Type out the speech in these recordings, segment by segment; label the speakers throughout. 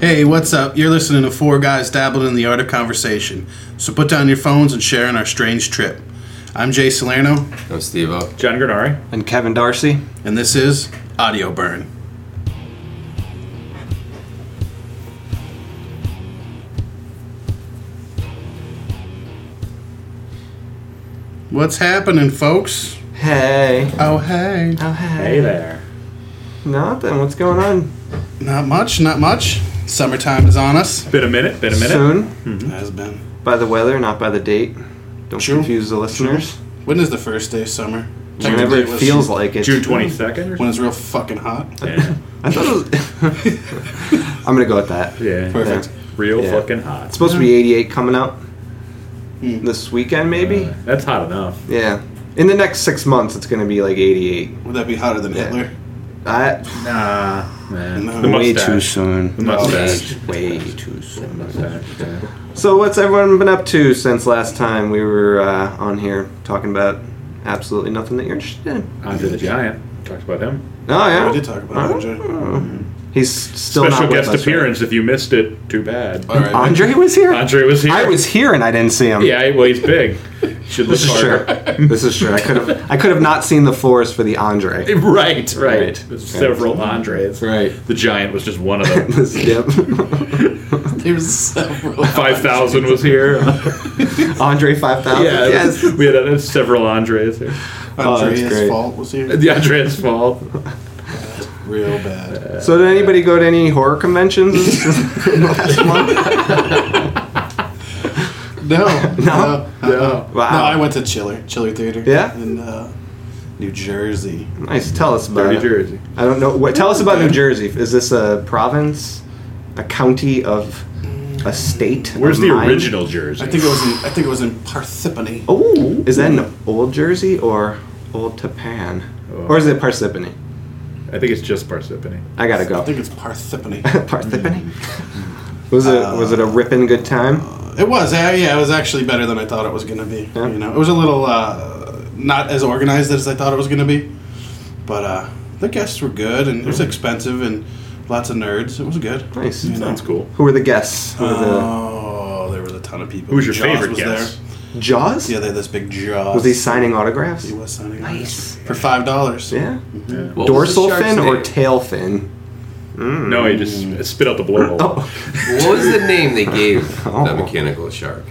Speaker 1: Hey, what's up? You're listening to Four Guys Dabbled in the Art of Conversation. So put down your phones and share in our strange trip. I'm Jay Salerno,
Speaker 2: I'm Steve O.
Speaker 3: John Granari.
Speaker 4: And Kevin Darcy.
Speaker 1: and this is Audio Burn. What's happening, folks?
Speaker 4: Hey.
Speaker 1: Oh, hey.
Speaker 4: Oh, hey.
Speaker 3: Hey there.
Speaker 4: Nothing. What's going on?
Speaker 1: Not much, not much. Summertime is on us.
Speaker 3: Been a minute. Been a minute. Hmm.
Speaker 4: Soon.
Speaker 1: Has been.
Speaker 4: By the weather, not by the date. Don't
Speaker 1: True.
Speaker 4: confuse the listeners.
Speaker 1: When is the first day of summer?
Speaker 4: Whenever
Speaker 1: Technically,
Speaker 4: it
Speaker 1: was
Speaker 4: feels like it.
Speaker 3: June twenty second.
Speaker 1: When it's real fucking hot.
Speaker 3: Yeah.
Speaker 4: I thought it was. I'm gonna go with that.
Speaker 3: Yeah.
Speaker 1: Perfect.
Speaker 3: Real
Speaker 4: Yeah.
Speaker 3: fucking
Speaker 4: It's
Speaker 3: hot.
Speaker 4: supposed to be 88 coming out this weekend, maybe.
Speaker 3: Hmm. Uh, that's hot enough.
Speaker 4: yeah. In the next six months, it's gonna be like 88.
Speaker 1: Would that be hotter than
Speaker 4: Yeah.
Speaker 1: Hitler?
Speaker 4: I,
Speaker 3: Nah. Man.
Speaker 1: No.
Speaker 3: The
Speaker 1: Way
Speaker 3: mustache.
Speaker 4: soon.
Speaker 3: The mustache.
Speaker 4: Way, way too soon.
Speaker 3: Mustache, yeah.
Speaker 4: So what's everyone been up to since last time we were uh, on here talking about absolutely nothing that you're interested in?
Speaker 3: Andre the Giant. Talked about him.
Speaker 4: Oh yeah, Hmm.
Speaker 1: We did talk about Andre.
Speaker 4: He's still
Speaker 3: Special
Speaker 4: not with
Speaker 3: guest
Speaker 4: us, right?
Speaker 3: appearance. If you missed it, too bad.
Speaker 1: All right.
Speaker 4: Andre was here.
Speaker 3: Andre was here.
Speaker 4: I was here and I didn't see him.
Speaker 3: Yeah. Well, he's big. Should look
Speaker 4: this is true.
Speaker 3: harder.
Speaker 4: this is true. I could have I could have not seen the forest for the Andre.
Speaker 3: Right. Right.
Speaker 4: Right.
Speaker 3: Several Andres.
Speaker 4: Right.
Speaker 3: The Giant was just one of them.
Speaker 4: This- yep.
Speaker 1: There's several.
Speaker 3: Five thousand was here.
Speaker 4: Andre five thousand.
Speaker 3: yeah.
Speaker 4: yes.
Speaker 3: We had uh, several Andres here.
Speaker 4: Oh, that's
Speaker 1: Andrea's
Speaker 4: great.
Speaker 1: fault was here.
Speaker 3: The Andres fall.
Speaker 1: Real bad.
Speaker 4: So did anybody go to any horror conventions last month?
Speaker 1: No. No. No.
Speaker 3: No.
Speaker 1: No, I
Speaker 4: Wow.
Speaker 1: went to Chiller, Chiller Theater.
Speaker 4: Yeah?
Speaker 1: In uh, New Jersey.
Speaker 4: Nice. Tell us about
Speaker 3: Dirty
Speaker 4: it.
Speaker 3: Jersey.
Speaker 4: I don't know. What, tell us about New Jersey. Is this a province, a county of a state?
Speaker 3: Where's
Speaker 4: a
Speaker 3: the
Speaker 4: mine?
Speaker 3: original Jersey?
Speaker 1: I think it was in. I think it was in Parsippany.
Speaker 4: Oh, is that an old Jersey or old Tapan,
Speaker 1: Oh.
Speaker 4: or is it Parsippany?
Speaker 3: I think it's just Parsippany.
Speaker 4: I gotta go.
Speaker 1: I think it's Parsippany. Mm-hmm. Uh,
Speaker 4: Parsippany. Was it was it a ripping good time?
Speaker 1: it was. Yeah, yeah, it was actually better than I thought it was going to be.
Speaker 4: Yeah.
Speaker 1: You know, it was a little uh, not as organized as I thought it was going to be, but uh, the guests were good and it
Speaker 4: Mm-hmm.
Speaker 1: was expensive and lots of nerds. It was good.
Speaker 4: Nice.
Speaker 1: You know.
Speaker 3: That's cool.
Speaker 4: Who were the guests? Who were
Speaker 1: Oh, there was a ton of people.
Speaker 3: Who was your
Speaker 1: Jaws
Speaker 3: favorite
Speaker 1: was
Speaker 3: guest?
Speaker 4: the Jaws?
Speaker 1: There. Yeah, they had this big Jaws.
Speaker 4: Was he signing autographs?
Speaker 1: He was signing
Speaker 4: Nice.
Speaker 1: for five dollars.
Speaker 4: Yeah.
Speaker 2: What was the
Speaker 4: Dorsal
Speaker 2: shark's
Speaker 4: fin or
Speaker 2: name?
Speaker 4: tail fin?
Speaker 3: No, he just sp- spit out the blowhole.
Speaker 1: Oh.
Speaker 2: What was the name they gave
Speaker 4: Oh.
Speaker 2: that mechanical shark?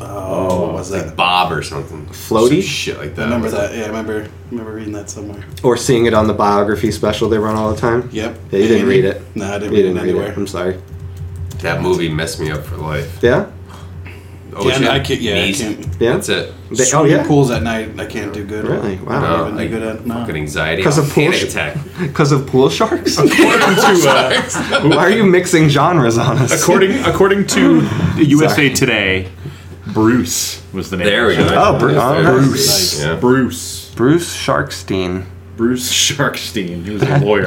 Speaker 1: Oh, what was that?
Speaker 2: Bob or something.
Speaker 4: Floaty?
Speaker 2: Some shit like
Speaker 1: I
Speaker 2: that.
Speaker 1: remember that. Yeah, I remember. remember reading that somewhere.
Speaker 4: Or seeing it on the biography special they run all the time?
Speaker 1: Yep.
Speaker 4: Yeah, you didn't read it.
Speaker 1: No, I didn't
Speaker 4: You
Speaker 1: read
Speaker 4: didn't
Speaker 1: it
Speaker 4: read
Speaker 1: anywhere.
Speaker 4: it. I'm sorry.
Speaker 2: That movie messed me up for life.
Speaker 4: Yeah.
Speaker 2: Ocean,
Speaker 1: I can't- yeah, I
Speaker 2: Beast,
Speaker 1: can't-
Speaker 4: Yeah.
Speaker 2: That's it.
Speaker 4: They, oh
Speaker 1: Swimming
Speaker 4: yeah.
Speaker 1: pools at night. I can't do good.
Speaker 4: Really?
Speaker 2: No,
Speaker 4: Wow.
Speaker 1: even
Speaker 2: I-
Speaker 1: do good at no.
Speaker 2: Fucking anxiety.
Speaker 4: 'Cause of
Speaker 2: panic
Speaker 4: Porsche.
Speaker 2: attack.
Speaker 4: Because of pool sharks?
Speaker 3: according to uh,
Speaker 4: Why are you mixing genres on us?
Speaker 3: according according to USA Today, Bruce was the name.
Speaker 2: There we go.
Speaker 4: Oh, Bru- oh, nice.
Speaker 3: Bruce.
Speaker 2: Yeah.
Speaker 3: Bruce.
Speaker 4: Bruce Sharkstein.
Speaker 3: Bruce Sharkstein. He was a lawyer.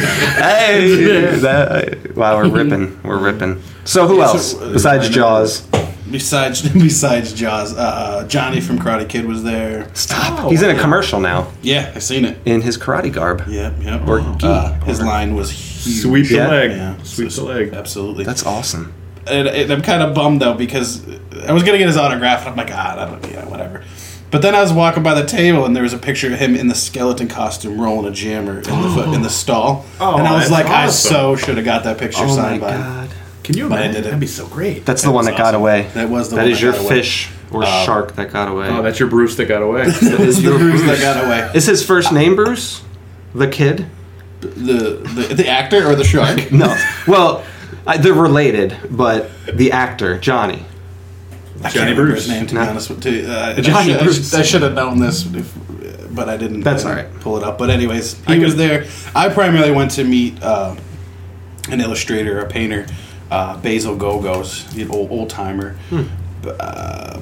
Speaker 4: hey, that, wow, we're ripping. We're ripping. So who else
Speaker 1: so, uh,
Speaker 4: besides
Speaker 1: I know.
Speaker 4: Jaws?
Speaker 1: Besides, besides Jaws, uh, Johnny from Karate Kid was there.
Speaker 4: Stop. He's in a commercial now
Speaker 1: Yeah, I seen it.
Speaker 4: in his karate garb.
Speaker 1: Yep, yep.
Speaker 4: Or
Speaker 1: uh, his line was huge.
Speaker 3: Sweep the
Speaker 4: Yeah.
Speaker 3: leg.
Speaker 1: Yeah,
Speaker 3: Sweep
Speaker 1: so-
Speaker 3: the leg.
Speaker 1: Absolutely.
Speaker 4: That's awesome.
Speaker 1: and, and I'm kind of bummed though because I was gonna get his autograph, and I'm like, ah, I don't, yeah, whatever. But then I was walking by the table, and there was a picture of him in the skeleton costume rolling a jammer in the foot, in the stall,
Speaker 3: Oh,
Speaker 1: and I was
Speaker 3: that's
Speaker 1: like, I
Speaker 3: awesome.
Speaker 1: so should have got that picture
Speaker 4: Oh my
Speaker 1: signed by. him.
Speaker 4: god.
Speaker 3: Can you
Speaker 1: But I
Speaker 3: imagine?
Speaker 1: did it.
Speaker 3: That'd be so great.
Speaker 4: That's the one
Speaker 1: was
Speaker 4: that got
Speaker 1: awesome.
Speaker 4: away.
Speaker 1: That was the
Speaker 4: That
Speaker 1: one
Speaker 4: is
Speaker 1: that
Speaker 4: your
Speaker 1: got away.
Speaker 4: fish or shark that got away.
Speaker 3: Oh, that's your Bruce that got away.
Speaker 1: That is the bruise that got away.
Speaker 4: is his first name Bruce? The kid?
Speaker 1: The, the the actor or the shark?
Speaker 4: No. well, I, they're related, but the actor Johnny.
Speaker 1: I
Speaker 3: Johnny
Speaker 1: can't remember
Speaker 3: Bruce.
Speaker 1: His name, to be
Speaker 4: No.
Speaker 1: honest with you. Uh, and
Speaker 4: Johnny
Speaker 1: I should,
Speaker 4: Bruce.
Speaker 1: I should have known this, if, but I didn't.
Speaker 4: That's
Speaker 1: I didn't
Speaker 4: all right.
Speaker 1: Pull it up. But anyways, he was there. I primarily went to meet uh, an illustrator, a painter, uh, Basil Gogos, the old old timer. Uh,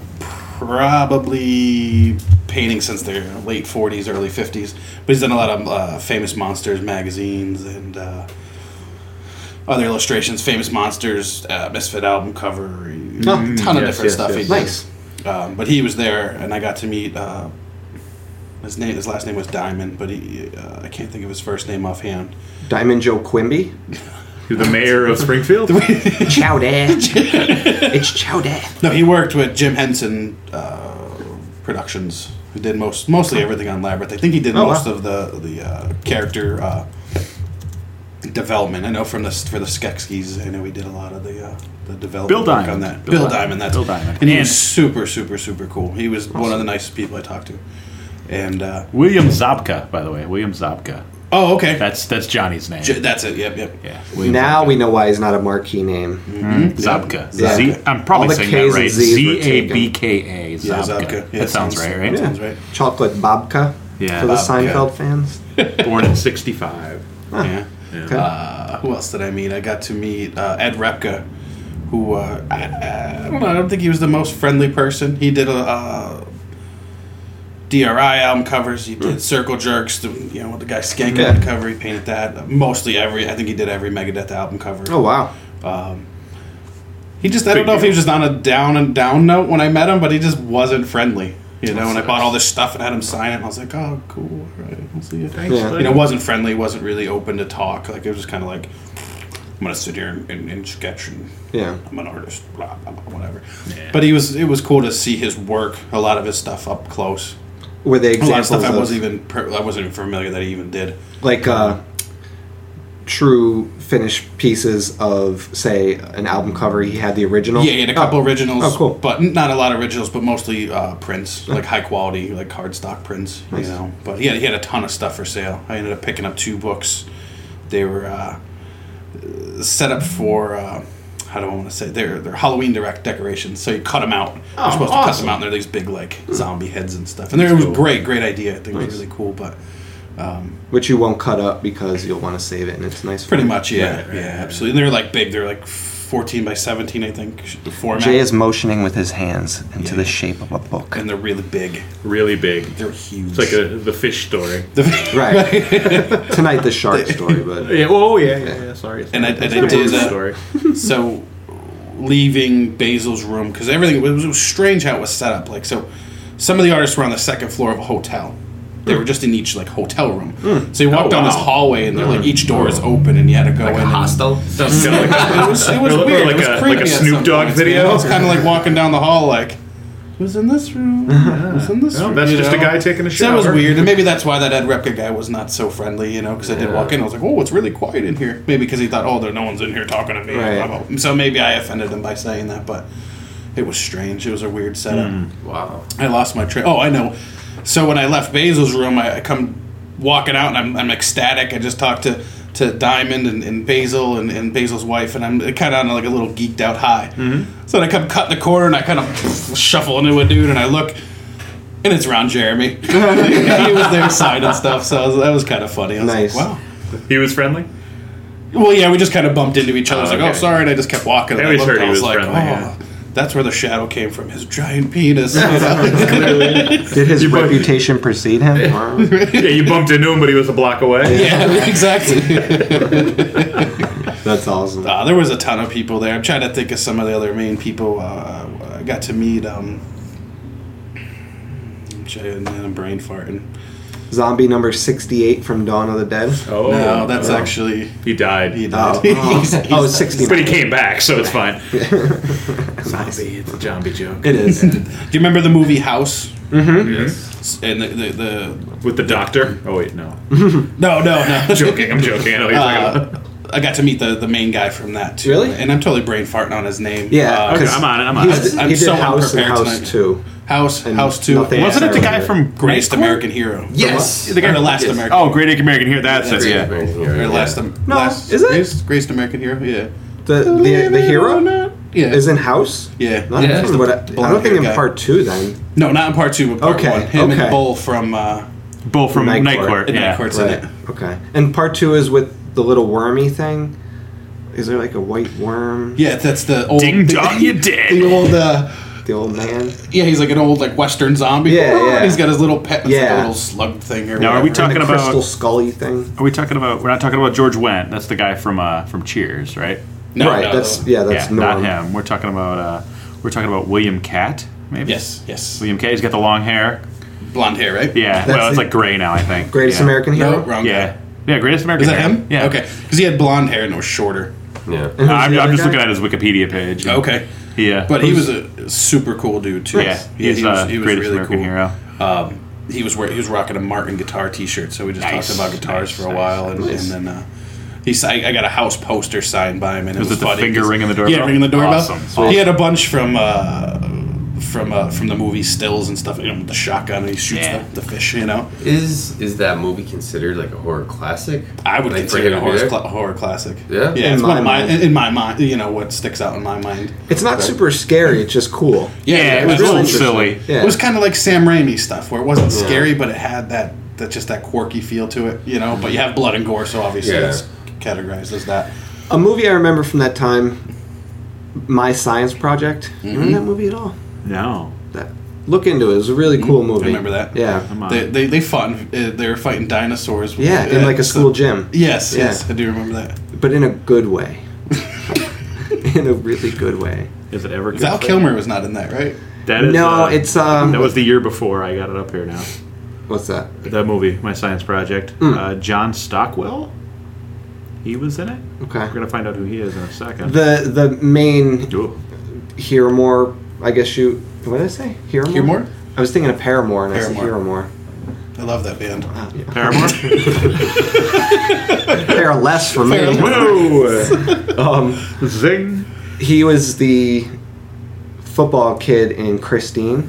Speaker 1: probably painting since their late 40s, early 50s. But he's done a lot of uh, famous monsters magazines and. Uh, other illustrations, famous monsters, uh, Misfit album cover, a ton of
Speaker 3: yes,
Speaker 1: different
Speaker 3: yes,
Speaker 1: stuff.
Speaker 3: yes.
Speaker 1: he did.
Speaker 4: Nice.
Speaker 1: Um, but he was there, and I got to meet uh, his name. His last name was Diamond, but he uh, I can't think of his first name offhand.
Speaker 4: Diamond Joe Quimby.
Speaker 3: You're the mayor of Springfield.
Speaker 4: Chowder. it's chowder.
Speaker 1: No, he worked with Jim Henson uh, Productions, who did most mostly everything on Labyrinth. I think he did
Speaker 4: Oh, wow.
Speaker 1: most of the the uh, character uh, development. I know from the for the Skeksis, I know he did a lot of the uh, the development
Speaker 3: Bill
Speaker 1: work on
Speaker 3: Diamond.
Speaker 1: that.
Speaker 3: Bill
Speaker 1: Bill,
Speaker 3: Diamond.
Speaker 1: Diamond, that's
Speaker 3: Bill Diamond.
Speaker 1: and he
Speaker 3: And-
Speaker 1: was super super super cool. He was one of the nicest people I talked to. And uh,
Speaker 3: William Zabka, by the way. William Zabka.
Speaker 1: oh, okay,
Speaker 3: That's that's Johnny's name.
Speaker 1: J- that's it. Yep, yep.
Speaker 3: yeah. William
Speaker 4: Now we know why he's not a marquee name.
Speaker 3: Zabka.
Speaker 4: Yeah.
Speaker 3: Z. I'm probably
Speaker 4: All the
Speaker 3: saying
Speaker 4: Ks
Speaker 3: that
Speaker 4: and
Speaker 3: right.
Speaker 4: Zs were
Speaker 3: Z A
Speaker 4: taken.
Speaker 3: B K A.
Speaker 1: Yeah,
Speaker 3: Zabka.
Speaker 1: Zabka. Yeah,
Speaker 3: That sounds
Speaker 1: sounds-
Speaker 3: right, right?
Speaker 1: Sounds right.
Speaker 4: Chocolate babka.
Speaker 3: Yeah,
Speaker 4: For the
Speaker 1: babka.
Speaker 4: Seinfeld fans.
Speaker 3: Born in '65.
Speaker 1: Yeah.
Speaker 4: Okay.
Speaker 1: Uh, who else did I meet? I got to meet uh, Ed Repka, who uh, I, I don't know. I don't think he was the most friendly person. He did a uh, DRI album covers. He did Circle Jerks, the, you know, with the guy Skank
Speaker 4: Yeah.
Speaker 1: album cover. He painted that. Mostly every. I think he did every Megadeth album cover.
Speaker 4: oh wow.
Speaker 1: He just. I don't
Speaker 3: Big
Speaker 1: know if he
Speaker 3: deal.
Speaker 1: was just on a down and down note when I met him, but he just wasn't friendly. You know, and I bought all this stuff and had him sign it. And I was like, oh, cool. All right, I'll see you.
Speaker 3: Thanks,
Speaker 4: Yeah.
Speaker 3: buddy.
Speaker 1: you know, wasn't friendly, wasn't really open to talk. Like it was just kind of like, I'm gonna sit here and, and, and sketch, and
Speaker 4: Yeah.
Speaker 1: I'm an artist, blah blah blah, whatever. But he was, it was cool to see his work, a lot of his stuff up close,
Speaker 4: Were
Speaker 1: a
Speaker 4: they
Speaker 1: lot of
Speaker 4: examples
Speaker 1: stuff I
Speaker 4: of
Speaker 1: wasn't even, per, I wasn't even familiar that he even did.
Speaker 4: like uh, true finished pieces of say an album cover? He had the original.
Speaker 1: Yeah, he had a couple
Speaker 4: Oh.
Speaker 1: originals,
Speaker 4: Oh, cool.
Speaker 1: but not a lot of originals, but mostly uh, prints, like high quality, like cardstock prints,
Speaker 4: Nice.
Speaker 1: you know. But he had, he had a ton of stuff for sale. I ended up picking up two books. They were uh, set up for uh, how do I want to say they're they're Halloween direct decorations. So you cut them out.
Speaker 4: Oh,
Speaker 1: You're supposed to cut
Speaker 4: awesome.
Speaker 1: them out, and they're these big like zombie heads and stuff. And there, it was great, great idea. I think it was really cool, but.
Speaker 4: which you won't cut up because you'll want to save it, and it's nice. for
Speaker 1: Pretty much, yeah,
Speaker 3: Right, right,
Speaker 1: yeah,
Speaker 3: right, right.
Speaker 1: absolutely. And they're like big. They're like fourteen by seventeen, I think. The format,
Speaker 4: Jay is motioning with his hands into
Speaker 1: Yeah.
Speaker 4: the shape of a book.
Speaker 1: and they're really big.
Speaker 3: Really big.
Speaker 1: They're huge.
Speaker 3: It's like a, the fish story.
Speaker 4: Right. Tonight the shark story, but
Speaker 3: Yeah. Oh yeah. Yeah. yeah sorry.
Speaker 1: And I-
Speaker 3: It's
Speaker 1: and
Speaker 3: a
Speaker 1: I did
Speaker 3: Bruce
Speaker 1: that.
Speaker 3: Story.
Speaker 1: so leaving Basil's room because everything it was, it was strange how it was set up. Like so, some of the artists were on the second floor of a hotel. They were just in each like hotel room. So you walked
Speaker 3: Oh,
Speaker 1: down this
Speaker 3: wow. Hmm.
Speaker 1: hallway and they're like each door is open and you had to go in.
Speaker 2: Like a
Speaker 1: and-
Speaker 2: hostel?
Speaker 3: Sounds kinda like that.
Speaker 1: it was, it was
Speaker 3: Or like- or
Speaker 1: weird.
Speaker 3: like
Speaker 1: it was
Speaker 3: a- like
Speaker 1: creepy
Speaker 3: a
Speaker 1: at
Speaker 3: Snoop
Speaker 1: some
Speaker 3: Dogg
Speaker 1: points,
Speaker 3: video.
Speaker 1: man. It's kind of like walking down the hall like. Who's in this room? Who's in this
Speaker 3: No,
Speaker 1: room?
Speaker 3: that's
Speaker 1: you
Speaker 3: just a
Speaker 1: know?
Speaker 3: guy taking a
Speaker 1: So That was
Speaker 3: shower.
Speaker 1: weird, and maybe that's why that Ed Repka guy was not so friendly, you know, because I did walk in, I was like, oh, it's really quiet in here. Maybe because he thought, oh, there no one's in here talking to me.
Speaker 4: Right.
Speaker 1: blah, blah. So maybe I offended him by saying that, but it was strange. It was a weird setup.
Speaker 2: Wow.
Speaker 1: I lost my train. Oh, I know. So when I left Basil's room, I, I come walking out, and I'm, I'm ecstatic. I just talked to, to Diamond and, and Basil and, and Basil's wife, and I'm kind of on like a little geeked out high.
Speaker 3: Mm-hmm.
Speaker 1: So then I come cutting the corner, and I kind of shuffle into a dude, and I look, and it's Ron Jeremy. he was there signing stuff, so I was, that was kind of funny. I was
Speaker 4: Nice.
Speaker 1: like, wow.
Speaker 3: He was friendly.
Speaker 1: Well, yeah, we just kind of bumped into each other. I was
Speaker 2: Oh,
Speaker 1: like,
Speaker 2: okay.
Speaker 1: oh, sorry, and I just kept walking. And
Speaker 3: I
Speaker 1: I,
Speaker 3: always
Speaker 1: looked,
Speaker 3: heard he
Speaker 1: I was
Speaker 3: was
Speaker 1: like,
Speaker 3: friendly,
Speaker 1: oh,
Speaker 3: yeah.
Speaker 1: that's where the shadow came from, his giant penis. you know?
Speaker 4: did his
Speaker 3: You probably-
Speaker 4: reputation precede him?
Speaker 3: Yeah. You bumped into him, but he was a block away.
Speaker 1: yeah, exactly.
Speaker 4: That's awesome.
Speaker 1: Uh, there was a ton of people there. I'm trying to think of some of the other main people uh, I got to meet. Um, shit, and I'm brain farting.
Speaker 4: Zombie number sixty-eight from Dawn of the Dead.
Speaker 3: Oh.
Speaker 1: no, that's
Speaker 4: no.
Speaker 1: actually
Speaker 3: He died.
Speaker 1: he died.
Speaker 4: Oh,
Speaker 1: He's-
Speaker 4: oh,
Speaker 1: he's-
Speaker 4: oh 69.
Speaker 3: But he came back, so it's fine.
Speaker 4: Nice. It
Speaker 3: It's a zombie joke.
Speaker 4: is.
Speaker 1: Do you remember the movie House? Mm-hmm.
Speaker 2: Yes.
Speaker 1: And the, the, the
Speaker 3: With the doctor. Oh wait, no.
Speaker 1: no no no.
Speaker 3: joking. I'm joking. I know what you're talking about.
Speaker 1: Mm-hmm. Uh, I got to meet the, the main guy from that too.
Speaker 4: Really?
Speaker 1: And I'm totally brain farting on his name.
Speaker 4: Yeah,
Speaker 1: Uh,
Speaker 4: 'cause
Speaker 3: Okay, I'm on it, I'm on
Speaker 4: he's-
Speaker 1: it. I'm
Speaker 4: he did
Speaker 1: so
Speaker 4: House and
Speaker 1: unprepared
Speaker 4: House
Speaker 1: tonight.
Speaker 4: Two.
Speaker 1: House
Speaker 4: And
Speaker 1: House Two.
Speaker 4: nothing
Speaker 1: Wasn't it
Speaker 4: else
Speaker 1: the guy
Speaker 4: ever.
Speaker 1: from Greatest
Speaker 3: Court?
Speaker 1: American Hero?
Speaker 2: Yes.
Speaker 1: The guy the last
Speaker 2: Yes.
Speaker 1: American.
Speaker 3: Oh, Great American Hero. That's it.
Speaker 2: Yeah.
Speaker 3: Yeah.
Speaker 1: Or
Speaker 2: Yeah.
Speaker 1: last, um,
Speaker 4: No,
Speaker 1: last
Speaker 4: is it?
Speaker 1: Greatest, greatest American Hero? Yeah.
Speaker 4: The the, the hero
Speaker 1: Yeah.
Speaker 4: is in House.
Speaker 1: Yeah.
Speaker 4: Not
Speaker 2: Yeah.
Speaker 4: from what I, I don't
Speaker 1: Blonde
Speaker 4: think in
Speaker 1: hair guy.
Speaker 4: part two then.
Speaker 1: No, not in part two, but part
Speaker 4: Okay,
Speaker 1: one. Him
Speaker 4: okay.
Speaker 1: and Bull from uh,
Speaker 3: Bull from
Speaker 4: Night
Speaker 3: Night,
Speaker 4: Court.
Speaker 3: Court.
Speaker 1: the
Speaker 3: Yeah.
Speaker 1: Night Court's in it.
Speaker 4: Okay. And part two is with the little wormy thing. Is there like a white worm?
Speaker 1: Yeah, that's the old
Speaker 3: Ding dong, you
Speaker 1: The
Speaker 3: dead.
Speaker 1: old uh,
Speaker 4: The old man.
Speaker 1: yeah, he's like an old like Western zombie.
Speaker 4: Yeah, yeah.
Speaker 1: He's got his little pet, it's like
Speaker 4: Yeah.
Speaker 1: a little slug thing. Or
Speaker 3: Now, are we
Speaker 1: whatever.
Speaker 3: talking
Speaker 4: and the
Speaker 3: about-
Speaker 4: crystal scully thing.
Speaker 3: Are we talking about? We're not talking about George Wendt. That's the guy from uh, from Cheers, right?
Speaker 1: No,
Speaker 4: right.
Speaker 1: no,
Speaker 4: that's
Speaker 1: no.
Speaker 4: yeah. That's
Speaker 3: yeah,
Speaker 4: Norm.
Speaker 3: not him. We're talking about. Uh, we're talking about William Cat, maybe.
Speaker 1: Yes, yes.
Speaker 3: William Cat. He's got the long hair.
Speaker 1: Blonde hair, right?
Speaker 3: Yeah.
Speaker 4: That's
Speaker 3: well, it's
Speaker 4: the-
Speaker 3: like gray now. I think.
Speaker 4: Greatest
Speaker 3: yeah.
Speaker 4: American
Speaker 1: No,
Speaker 4: Hero.
Speaker 1: wrong guy.
Speaker 3: Yeah. Yeah. Greatest American.
Speaker 1: Is that
Speaker 3: Hero.
Speaker 1: him?
Speaker 3: Yeah.
Speaker 1: Okay. Because he had blonde hair and it was shorter.
Speaker 2: Yeah.
Speaker 4: And who's
Speaker 3: I'm,
Speaker 4: the
Speaker 3: I'm
Speaker 4: other
Speaker 3: just
Speaker 4: guy?
Speaker 3: looking at his Wikipedia page. and-
Speaker 1: Okay.
Speaker 3: Yeah.
Speaker 1: But he was a super cool dude too.
Speaker 3: yeah, he's
Speaker 1: he
Speaker 3: the
Speaker 1: was, he was
Speaker 3: greatest
Speaker 1: really
Speaker 3: American
Speaker 1: cool.
Speaker 3: hero.
Speaker 1: Um, he was wear- he was rocking a Martin guitar T-shirt, so we just
Speaker 3: Nice,
Speaker 1: talked about guitars
Speaker 3: nice,
Speaker 1: for a
Speaker 3: nice,
Speaker 1: while, and,
Speaker 4: nice.
Speaker 1: and then uh, he si- I got a house poster signed by him, and it was,
Speaker 3: Was it the
Speaker 1: funny
Speaker 3: finger
Speaker 1: 'cause-
Speaker 3: ringing the doorbell?
Speaker 1: Yeah, ringing the doorbell.
Speaker 3: Awesome, sweet.
Speaker 1: He had a bunch from uh, from uh, from the movie stills and stuff, you know, with the shotgun, and he shoots
Speaker 3: Yeah.
Speaker 1: the, the fish. You know,
Speaker 2: Is is that movie considered like a horror classic?
Speaker 1: I would
Speaker 2: like for
Speaker 1: consider it
Speaker 2: him
Speaker 1: a
Speaker 2: to
Speaker 1: horror,
Speaker 2: be there?
Speaker 1: cla horror classic.
Speaker 2: Yeah?
Speaker 1: yeah,
Speaker 4: In
Speaker 1: it's one of
Speaker 4: my
Speaker 1: my,
Speaker 4: mind.
Speaker 1: in my mind, you know, what sticks out in my mind.
Speaker 4: It's not super scary. It's just cool.
Speaker 3: Yeah, it was
Speaker 1: absolutely.
Speaker 3: a little
Speaker 4: interesting.
Speaker 3: silly.
Speaker 4: Yeah.
Speaker 1: It was kind of like Sam Raimi stuff, where it wasn't scary, but it had that, that just that quirky feel to it, you know. But you have blood and gore, so obviously
Speaker 2: Yeah.
Speaker 1: it's categorized as that.
Speaker 4: A movie I remember from that time, My Science Project. You
Speaker 1: Mm-hmm.
Speaker 4: remember that movie at all?
Speaker 3: No.
Speaker 4: That look into it. It was a really cool movie.
Speaker 1: Mm-hmm. remember that.
Speaker 4: Yeah.
Speaker 3: Wow.
Speaker 1: They they they fought in, uh, they were fighting dinosaurs. with-
Speaker 4: Yeah, in
Speaker 1: uh,
Speaker 4: like a
Speaker 1: so-
Speaker 4: school gym,
Speaker 1: Yes,
Speaker 4: Yeah.
Speaker 1: yes, I do remember that.
Speaker 4: but in a good way. in a really good way.
Speaker 3: Is it ever good?
Speaker 1: Val Kilmer was not in that, right?
Speaker 3: That is,
Speaker 4: no,
Speaker 3: uh,
Speaker 4: it's um.
Speaker 3: That was the year before I got it up here now.
Speaker 4: what's that?
Speaker 3: The movie, My Science Project.
Speaker 4: Hmm.
Speaker 3: Uh, John Stockwell? He was in it?
Speaker 4: Okay.
Speaker 3: We're going to find out who he is in a second.
Speaker 4: The the main
Speaker 3: Ooh.
Speaker 4: hear more. I guess you. What did I say? Hear more.
Speaker 1: Hear more?
Speaker 4: I was thinking of Paramore, and I said hear
Speaker 1: Paramore. Ah.
Speaker 4: more.
Speaker 1: I love that band.
Speaker 3: Paramore?
Speaker 4: Paraless for me.
Speaker 3: Whoa!
Speaker 4: Um,
Speaker 3: Zing!
Speaker 4: he was the football kid in Christine.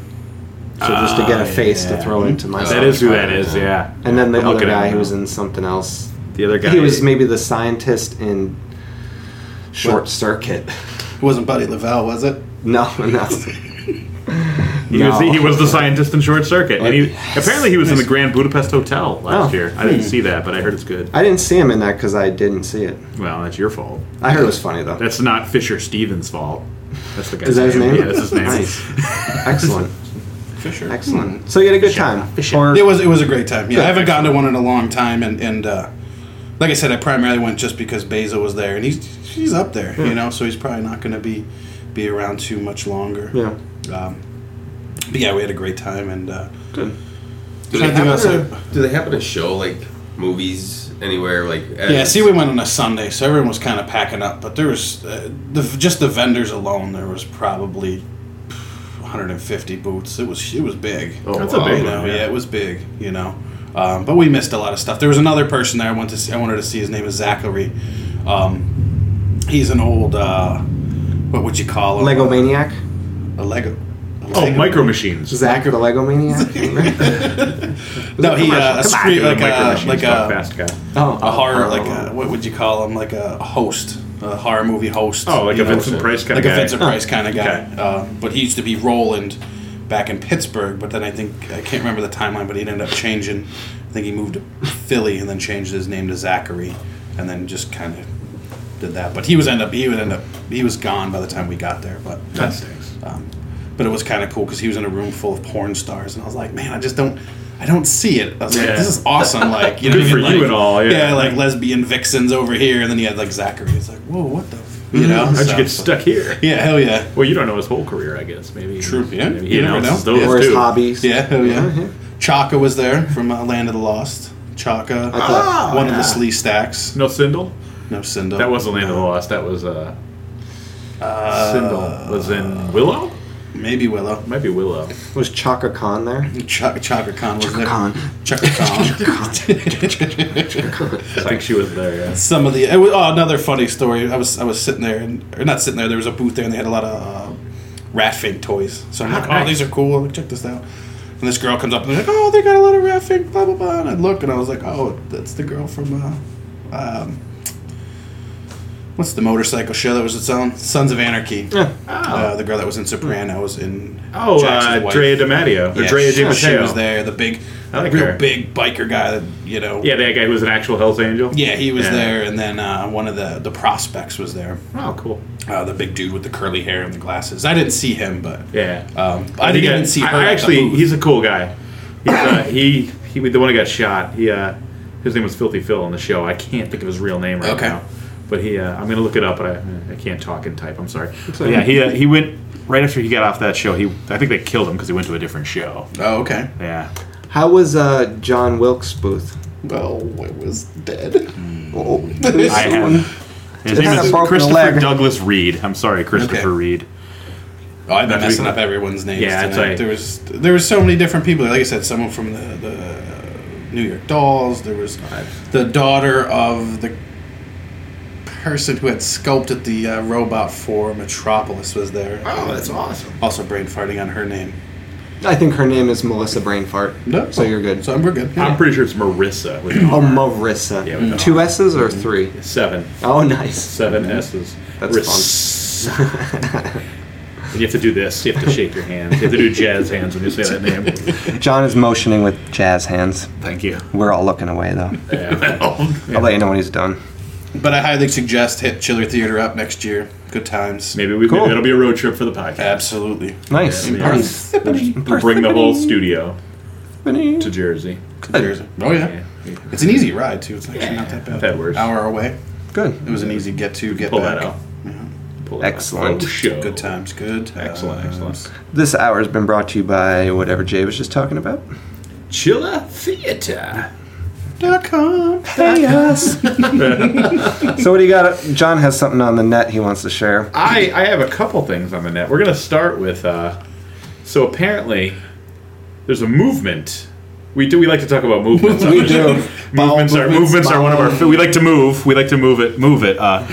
Speaker 4: So just to get a
Speaker 3: Ah,
Speaker 4: face to
Speaker 3: yeah.
Speaker 4: throw into my.
Speaker 3: That is who that is, yeah.
Speaker 4: And then the
Speaker 3: I'm
Speaker 4: other
Speaker 3: looking at
Speaker 4: guy
Speaker 3: him
Speaker 4: who was
Speaker 3: now.
Speaker 4: in something else.
Speaker 3: The other guy.
Speaker 4: He was maybe the scientist in Short Circuit.
Speaker 1: It wasn't Buddy Lavelle, was it?
Speaker 4: No, no.
Speaker 3: He, was,
Speaker 4: No.
Speaker 3: he was the scientist in Short Circuit, and he apparently he was in the Grand Budapest Hotel last
Speaker 4: Oh.
Speaker 3: year. I didn't see that, but I heard it's good.
Speaker 4: I didn't see him in that because I didn't see it.
Speaker 3: Well, that's your fault.
Speaker 4: I heard it was funny though.
Speaker 3: That's not Fisher Stevens' fault. That's the guy's
Speaker 4: Is that his name?
Speaker 3: Yeah, that's his name.
Speaker 4: Nice. Excellent.
Speaker 1: Fisher.
Speaker 3: Hmm.
Speaker 4: Excellent. So you had a good time. Or
Speaker 1: It was it was a great time. Yeah, I haven't gone to one in a long time, and and uh, like I said, I primarily went just because Beza was there, and he's he's up there, you know, so he's probably not going to be be around too much longer.
Speaker 4: yeah.
Speaker 1: Um, but yeah, we had a great time, and uh, Trying
Speaker 2: Do
Speaker 1: to
Speaker 2: they,
Speaker 1: think
Speaker 2: happen
Speaker 1: outside.
Speaker 2: to, do they happen to show like movies anywhere? Like at-
Speaker 1: yeah. See, we went on a Sunday, so everyone was kind of packing up, but there was uh, the just the vendors alone, there was probably 150 booths. It was it was big.
Speaker 3: That's a
Speaker 1: you
Speaker 3: big
Speaker 1: know,
Speaker 3: one.
Speaker 1: yeah.
Speaker 3: Oh, Yeah.
Speaker 1: it was big, you know. Um, but we missed a lot of stuff. There was another person there I went to see. I wanted to see. His name is Zachary. Um, he's an old uh, what would you call him?
Speaker 4: Lego Maniac.
Speaker 1: A Lego. a
Speaker 3: Oh,
Speaker 1: Lego-
Speaker 3: Micro Machines.
Speaker 4: Zach the Lego Maniac.
Speaker 1: No, he
Speaker 3: Commercial.
Speaker 1: uh, a
Speaker 3: Come on,
Speaker 1: screen,
Speaker 3: dude,
Speaker 1: like
Speaker 3: Micro
Speaker 1: a
Speaker 3: Machines,
Speaker 1: like
Speaker 3: fuck
Speaker 1: a,
Speaker 3: fast guy.
Speaker 4: oh,
Speaker 1: a horror like uh, a what would you call him? Like a host, a horror movie host.
Speaker 3: Oh, like
Speaker 1: you
Speaker 3: a Vincent Price kind
Speaker 1: like
Speaker 3: of guy.
Speaker 1: a Vincent Price kind of guy.
Speaker 3: Okay.
Speaker 1: Uh, but he used to be Roland back in Pittsburgh, but then I think I can't remember the timeline, but he ended up changing. I think he moved to Philly and then changed his name to Zachary, and then just kind of did that. But he was end up he would end up he was gone by the time we got there. But
Speaker 3: That stinks.
Speaker 1: um, but it was kind of cool because he was in a room full of porn stars, and I was like, man, I just don't. I don't see it. I was
Speaker 3: Yeah.
Speaker 1: like, "This is awesome!" Like, you know,
Speaker 3: Good
Speaker 1: you
Speaker 3: for
Speaker 1: had,
Speaker 3: you
Speaker 1: like-
Speaker 3: and all, yeah.
Speaker 1: like lesbian vixens over here, and then you had like Zachary. It's like, whoa, what the, f-? you know?
Speaker 3: Mm-hmm. How'd
Speaker 1: so-
Speaker 3: you get stuck here?
Speaker 1: Yeah, hell yeah.
Speaker 3: Well, you don't know his whole career, I guess. Maybe.
Speaker 1: True, yeah.
Speaker 3: Maybe he
Speaker 1: You never
Speaker 3: announces
Speaker 1: know.
Speaker 3: those
Speaker 4: Or his
Speaker 3: too.
Speaker 4: hobbies.
Speaker 1: Yeah, hell yeah.
Speaker 4: yeah.
Speaker 1: Chaka was there from uh, Land of the Lost. Chaka,
Speaker 4: I thought- Oh,
Speaker 1: uh, one of the Slee Stacks.
Speaker 3: No Sindel.
Speaker 1: No, Sindel.
Speaker 3: That wasn't Land of the Lost. That was uh,
Speaker 1: Uh,
Speaker 3: Sindel was in Willow.
Speaker 1: maybe Willow.
Speaker 3: Might be Willow.
Speaker 4: Was Chaka Khan there?
Speaker 1: Chaka, Chaka Khan was there.
Speaker 4: Khan.
Speaker 1: Chaka Khan.
Speaker 3: I think she was there. Yeah.
Speaker 1: Some of the it was, oh, another funny story. I was I was sitting there and or not sitting there. There was a booth there and they had a lot of uh, rat fink toys. So I'm like, oh,
Speaker 3: Ah, nice.
Speaker 1: these are cool. Check this out. And this girl comes up and they're like, oh, they got a lot of rat fink, blah blah blah. And I look and I was like, oh, that's the girl from. Uh, um, What's the motorcycle show that was its own? Sons of Anarchy. Uh, the girl that was in Sopranos and
Speaker 3: Ah. Oh,
Speaker 1: Jackson's
Speaker 3: uh,
Speaker 1: wife.
Speaker 3: Drea DiMatteo. Or Drea
Speaker 1: she,
Speaker 3: Di
Speaker 1: she was
Speaker 3: Matteo.
Speaker 1: there. The big,
Speaker 3: I like
Speaker 1: real
Speaker 3: her.
Speaker 1: big biker guy that you know.
Speaker 3: Yeah, that guy who was an actual Hell's Angel.
Speaker 1: Yeah, he was
Speaker 3: Yeah.
Speaker 1: there, and then uh, one of the the prospects was there.
Speaker 3: Oh, cool.
Speaker 1: Uh, the big dude with the curly hair and the glasses. I didn't see him, but
Speaker 3: Yeah.
Speaker 1: um, I didn't
Speaker 3: think
Speaker 1: even see her.
Speaker 3: I
Speaker 1: at the
Speaker 3: actually,
Speaker 1: booth.
Speaker 3: he's a cool guy. He's, uh, he he the one who got shot. He uh, his name was Filthy Phil on the show. I can't think of his real name right
Speaker 1: Okay.
Speaker 3: now. But he, uh, I'm gonna look it up, but I, I can't talk and type. I'm sorry. But
Speaker 4: okay.
Speaker 3: yeah, he uh, he went right after he got off that show. He I think they killed him because he went to a different show.
Speaker 1: Oh, okay.
Speaker 3: Yeah.
Speaker 4: How was uh, John Wilkes Booth?
Speaker 1: Well, it was dead.
Speaker 4: Oh,
Speaker 3: I had His
Speaker 5: It's
Speaker 3: name
Speaker 5: not
Speaker 3: is
Speaker 5: a broken
Speaker 3: Christopher
Speaker 5: leg.
Speaker 3: Douglas Reed. I'm sorry, Christopher
Speaker 1: Okay.
Speaker 3: Reed.
Speaker 1: Oh, I've been
Speaker 3: That's
Speaker 1: messing
Speaker 3: what-
Speaker 1: up everyone's names.
Speaker 3: Yeah, that's
Speaker 1: tonight.
Speaker 3: right.
Speaker 1: There was there was so many different people. Like I said, someone from the, the New York Dolls. There was the daughter of the person who had sculpted the uh, robot for Metropolis was there.
Speaker 2: Oh, that's awesome.
Speaker 1: Also, brain farting on her name.
Speaker 4: I think her name is Melissa Brainfart.
Speaker 1: No,
Speaker 4: So you're good.
Speaker 1: So we're good.
Speaker 3: I'm pretty sure it's Marissa with
Speaker 4: oh, Marissa.
Speaker 3: Yeah, we know.
Speaker 4: Two S's or three?
Speaker 3: seven,
Speaker 4: Oh, nice.
Speaker 3: seven S's.
Speaker 4: That's
Speaker 3: Riss- And you have to do this. You have to shake your hands. You have to do jazz hands when you say that name.
Speaker 4: John is motioning with jazz hands.
Speaker 3: Thank you.
Speaker 4: We're all looking away, though. I'll let you know when he's done.
Speaker 1: But I highly suggest hit Chiller Theater up next year. Good times.
Speaker 3: Maybe we
Speaker 4: Cool.
Speaker 3: maybe it'll be a road trip for the podcast.
Speaker 1: Absolutely.
Speaker 4: Nice.
Speaker 3: Yeah.
Speaker 4: Nice.
Speaker 3: We'll bring the whole studio to Jersey.
Speaker 1: To Jersey. Oh yeah.
Speaker 3: Yeah.
Speaker 1: It's an easy ride too. It's actually not that bad.
Speaker 3: I've had worse.
Speaker 1: Hour away. It
Speaker 4: Good.
Speaker 1: was an easy get to get
Speaker 3: Pull
Speaker 1: back.
Speaker 3: that out. Pull that out.
Speaker 4: Excellent.
Speaker 3: Oh, show.
Speaker 1: Good times. Good. Times.
Speaker 3: Excellent, excellent.
Speaker 4: This hour has been brought to you by whatever Jay was just talking about.
Speaker 2: Chilla Theater.
Speaker 1: Dot com.
Speaker 4: Hey, us. so, what do you got? John has something on the net he wants to share.
Speaker 3: I, I have a couple things on the net. We're going to start with uh, so apparently there's a movement. We do. We like to talk about movements. on
Speaker 4: We
Speaker 3: the
Speaker 4: do.
Speaker 3: show. Movements are
Speaker 4: movements,
Speaker 3: movements are one of
Speaker 4: bowel.
Speaker 3: our. We like to move. We like to move it. Move it. Uh,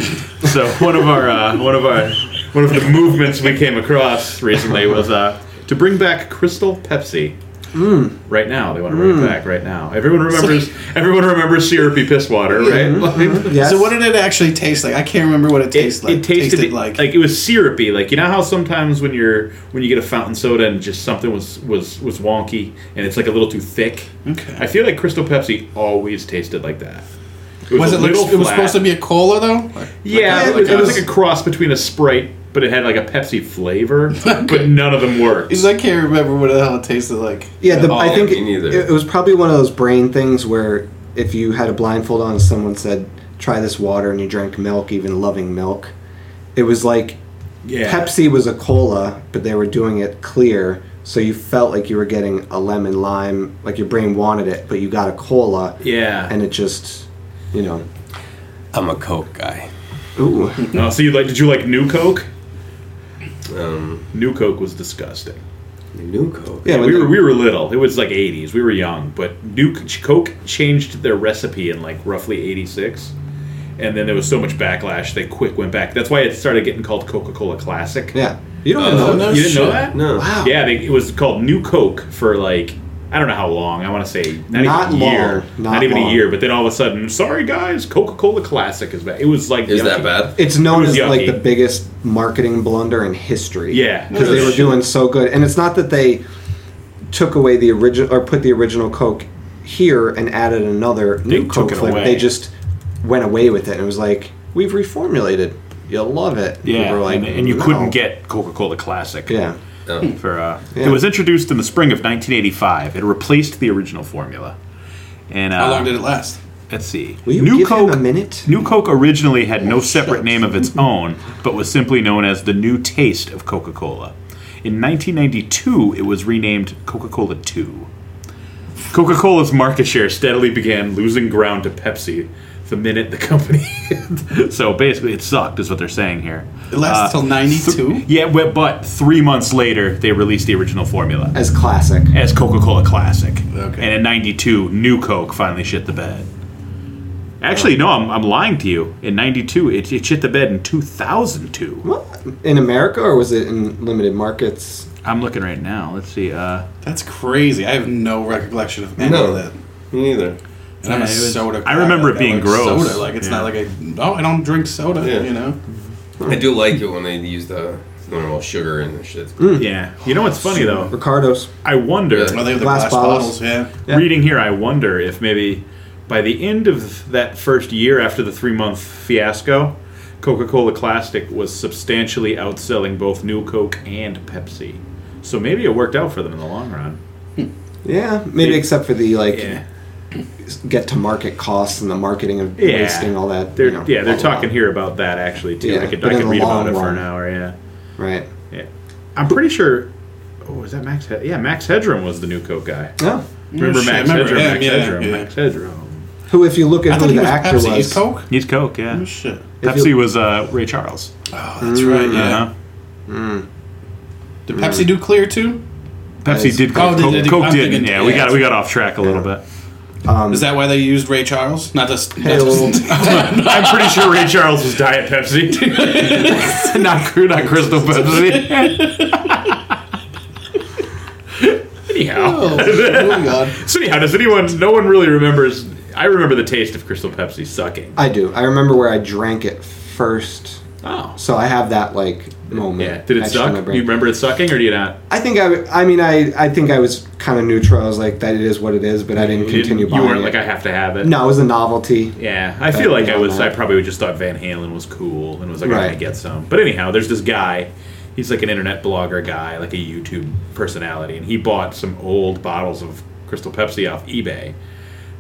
Speaker 3: so one of our uh, one of our one of the movements we came across recently was uh, to bring back Crystal Pepsi.
Speaker 4: Hmm.
Speaker 3: Right now, they want to bring it back. Right now, everyone remembers. everyone remembers syrupy piss water, right?
Speaker 4: Mm-hmm.
Speaker 3: Like,
Speaker 4: Yes.
Speaker 1: So what did it actually taste like? I can't remember what it tastes like.
Speaker 3: it tasted, like it was syrupy. Like you know how sometimes when you're when you get a fountain soda and just something was was was wonky and it's like a little too thick.
Speaker 1: Okay.
Speaker 3: I feel like Crystal Pepsi always tasted like that.
Speaker 1: was
Speaker 3: a
Speaker 1: it like,
Speaker 3: little
Speaker 1: it was
Speaker 3: flat.
Speaker 1: supposed to be a cola though?
Speaker 3: Yeah,
Speaker 1: like a-
Speaker 3: it, was,
Speaker 1: like
Speaker 3: it was
Speaker 1: a-
Speaker 3: like a cross between a Sprite, but it had like a Pepsi flavor, but none of them worked.
Speaker 1: Because I can't remember what the hell it tasted like.
Speaker 4: Yeah, the,
Speaker 1: at
Speaker 4: I
Speaker 1: all.
Speaker 4: think
Speaker 2: me
Speaker 4: it,
Speaker 2: neither.
Speaker 4: it was probably one of those brain things where if you had a blindfold on and someone said, try this water and you drank milk, even loving milk, it was like
Speaker 3: Yeah.
Speaker 4: Pepsi was a cola, but they were doing it clear. So you felt like you were getting a lemon lime, like your brain wanted it, but you got a cola.
Speaker 3: Yeah.
Speaker 4: And it just, you know,
Speaker 2: I'm a Coke guy.
Speaker 4: ooh.
Speaker 3: Oh, so you like? Did you like New Coke?
Speaker 2: Um,
Speaker 3: New Coke was disgusting.
Speaker 2: new Coke.
Speaker 4: Yeah, when
Speaker 3: we
Speaker 4: the-
Speaker 3: were we were little. It was like '80s. We were young, but Duke Coke changed their recipe in like roughly '86, and then there was so much backlash they quick went back. That's why it started getting called Coca-Cola Classic.
Speaker 4: yeah. You don't
Speaker 2: Oh,
Speaker 4: know.
Speaker 1: no.
Speaker 3: you didn't know
Speaker 1: shit.
Speaker 3: that?
Speaker 2: No.
Speaker 4: Wow.
Speaker 3: Yeah, they, it was called New Coke for like I don't know how long. I want to say not,
Speaker 4: Not
Speaker 3: even a year,
Speaker 4: long.
Speaker 3: not,
Speaker 4: Not
Speaker 3: even a
Speaker 4: long.
Speaker 3: year. But then all of a sudden, sorry guys, Coca-Cola Classic is back. It was like
Speaker 2: Is that
Speaker 3: yucky.
Speaker 2: bad?
Speaker 4: It's known
Speaker 3: was
Speaker 4: as like
Speaker 3: yucky.
Speaker 4: the biggest marketing blunder in history.
Speaker 3: Yeah.
Speaker 4: because they were
Speaker 1: Shit.
Speaker 4: doing so good. And it's not that they took away the original or put the original Coke here and added another new
Speaker 3: took
Speaker 4: Coke
Speaker 3: it
Speaker 4: flavor.
Speaker 3: away.
Speaker 4: They just went away with it and it was like, we've reformulated. You'll love it.
Speaker 3: Yeah,
Speaker 4: People were like,
Speaker 3: and, and you
Speaker 4: "No."
Speaker 3: couldn't get Coca-Cola Classic.
Speaker 4: Yeah.
Speaker 2: No.
Speaker 3: for uh,
Speaker 4: Yeah.
Speaker 3: it was introduced in the spring of 1985. It replaced the original formula. And uh,
Speaker 1: How long did it last?
Speaker 3: let's see.
Speaker 4: Will you
Speaker 3: New
Speaker 4: give him
Speaker 3: Coke
Speaker 4: a minute?
Speaker 3: New Coke originally had no separate name of its own, but was simply known as the New Taste of Coca-Cola. In 1992, it was renamed Coca-Cola 2. Coca-Cola's market share steadily began losing ground to Pepsi the minute the company. so basically, it sucked, is what they're saying here. Uh,
Speaker 1: It lasted till '92.
Speaker 3: Yeah, but- but three months later, they released the original formula
Speaker 4: As classic.
Speaker 3: as Coca Cola Classic.
Speaker 1: Okay.
Speaker 3: And in 92, New Coke finally shit the bed. Actually, no, I'm, I'm lying to you. In 92, it, it shit the bed in 2002.
Speaker 4: What? In America or was it in limited markets?
Speaker 3: I'm looking right now. Let's see. Uh,
Speaker 1: That's crazy. I have no recollection of any
Speaker 2: No.
Speaker 1: of that.
Speaker 2: Me neither.
Speaker 1: And I'm
Speaker 3: Yeah,
Speaker 1: a
Speaker 3: it was-
Speaker 1: soda.
Speaker 3: I remember it
Speaker 1: guy. I
Speaker 3: being
Speaker 1: like
Speaker 3: gross.
Speaker 1: Soda, like it's
Speaker 3: Yeah.
Speaker 1: not like I. Oh, I don't drink soda.
Speaker 2: Yeah.
Speaker 1: You know.
Speaker 2: I do like it when they use the normal sugar and the shit.
Speaker 3: yeah. You know what's funny, though?
Speaker 4: Ricardo's.
Speaker 3: I wonder,
Speaker 1: Well, they have the
Speaker 4: Glass
Speaker 1: glass,
Speaker 4: bottles.
Speaker 1: bottles. Yeah.
Speaker 4: Yeah.
Speaker 3: reading here, I wonder if maybe by the end of that first year after the three month fiasco, Coca Cola Classic was substantially outselling both New Coke and Pepsi. So maybe it worked out for them in the long run.
Speaker 4: Yeah. Maybe except for the like
Speaker 3: Yeah.
Speaker 4: get to market costs and the marketing of
Speaker 3: Yeah.
Speaker 4: wasting all that.
Speaker 3: They're
Speaker 4: you know,
Speaker 3: yeah, they're
Speaker 4: blah, blah,
Speaker 3: talking
Speaker 4: blah.
Speaker 3: here about that actually too.
Speaker 4: Yeah,
Speaker 3: I could,
Speaker 4: but
Speaker 3: I
Speaker 4: in
Speaker 3: could
Speaker 4: the
Speaker 3: read about
Speaker 4: long
Speaker 3: it for
Speaker 4: run.
Speaker 3: an hour. Yeah,
Speaker 4: Right.
Speaker 3: yeah. I'm pretty sure. Oh, was that Max? He- yeah, Max Headroom was the new Coke guy.
Speaker 4: Yeah.
Speaker 3: Remember
Speaker 1: shit,
Speaker 3: Max
Speaker 1: I remember
Speaker 3: Headroom?
Speaker 1: him,
Speaker 3: Max
Speaker 1: yeah,
Speaker 3: Headroom.
Speaker 1: yeah.
Speaker 3: Max Headroom.
Speaker 4: Who, if you look
Speaker 1: I
Speaker 4: at
Speaker 1: thought
Speaker 4: who
Speaker 1: he
Speaker 4: the
Speaker 1: was
Speaker 4: actor
Speaker 1: Pepsi. He's
Speaker 4: was,
Speaker 1: Coke.
Speaker 3: He's Coke, yeah.
Speaker 1: Oh shit.
Speaker 4: If
Speaker 3: Pepsi
Speaker 4: you-
Speaker 3: was uh, Ray Charles.
Speaker 1: Oh, that's right. Yeah.
Speaker 3: Uh-huh.
Speaker 1: Did Pepsi do clear too?
Speaker 3: Pepsi
Speaker 4: Guys.
Speaker 3: did Coke.
Speaker 1: Oh, did-
Speaker 3: Coke,
Speaker 1: did-
Speaker 3: Coke
Speaker 1: I'm
Speaker 3: didn't.
Speaker 1: thinking-
Speaker 3: yeah, we
Speaker 1: yeah.
Speaker 3: got we got off track a little bit.
Speaker 4: um,
Speaker 1: Is that why they used Ray Charles? Not just.
Speaker 4: Pale-
Speaker 1: Not just
Speaker 3: I'm pretty sure Ray Charles was Diet Pepsi, not not Crystal Pepsi.
Speaker 4: Oh,
Speaker 3: Anyhow, so anyhow, does anyone? No one really remembers. I remember the taste of Crystal Pepsi sucking.
Speaker 4: I do. I remember where I drank it first,
Speaker 3: Oh,
Speaker 4: so I have that like moment.
Speaker 3: yeah. Did it
Speaker 4: etched in
Speaker 3: suck?
Speaker 4: my
Speaker 3: Do
Speaker 4: brain.
Speaker 3: you remember it sucking, or do you not?
Speaker 4: I think I. I mean, I. I think I was kind of neutral. I was like, that it is what it is, but I didn't
Speaker 3: You didn't-
Speaker 4: continue.
Speaker 3: you
Speaker 4: buying
Speaker 3: weren't
Speaker 4: it.
Speaker 3: like I have to have it.
Speaker 4: No, it was a novelty.
Speaker 3: Yeah, I feel like I
Speaker 4: beyond
Speaker 3: was.
Speaker 4: that.
Speaker 3: I probably just thought Van Halen was cool and was like, I
Speaker 4: Right.
Speaker 3: gotta get some. But anyhow, there's this guy. He's like an internet blogger guy, like a YouTube personality, and he bought some old bottles of Crystal Pepsi off eBay.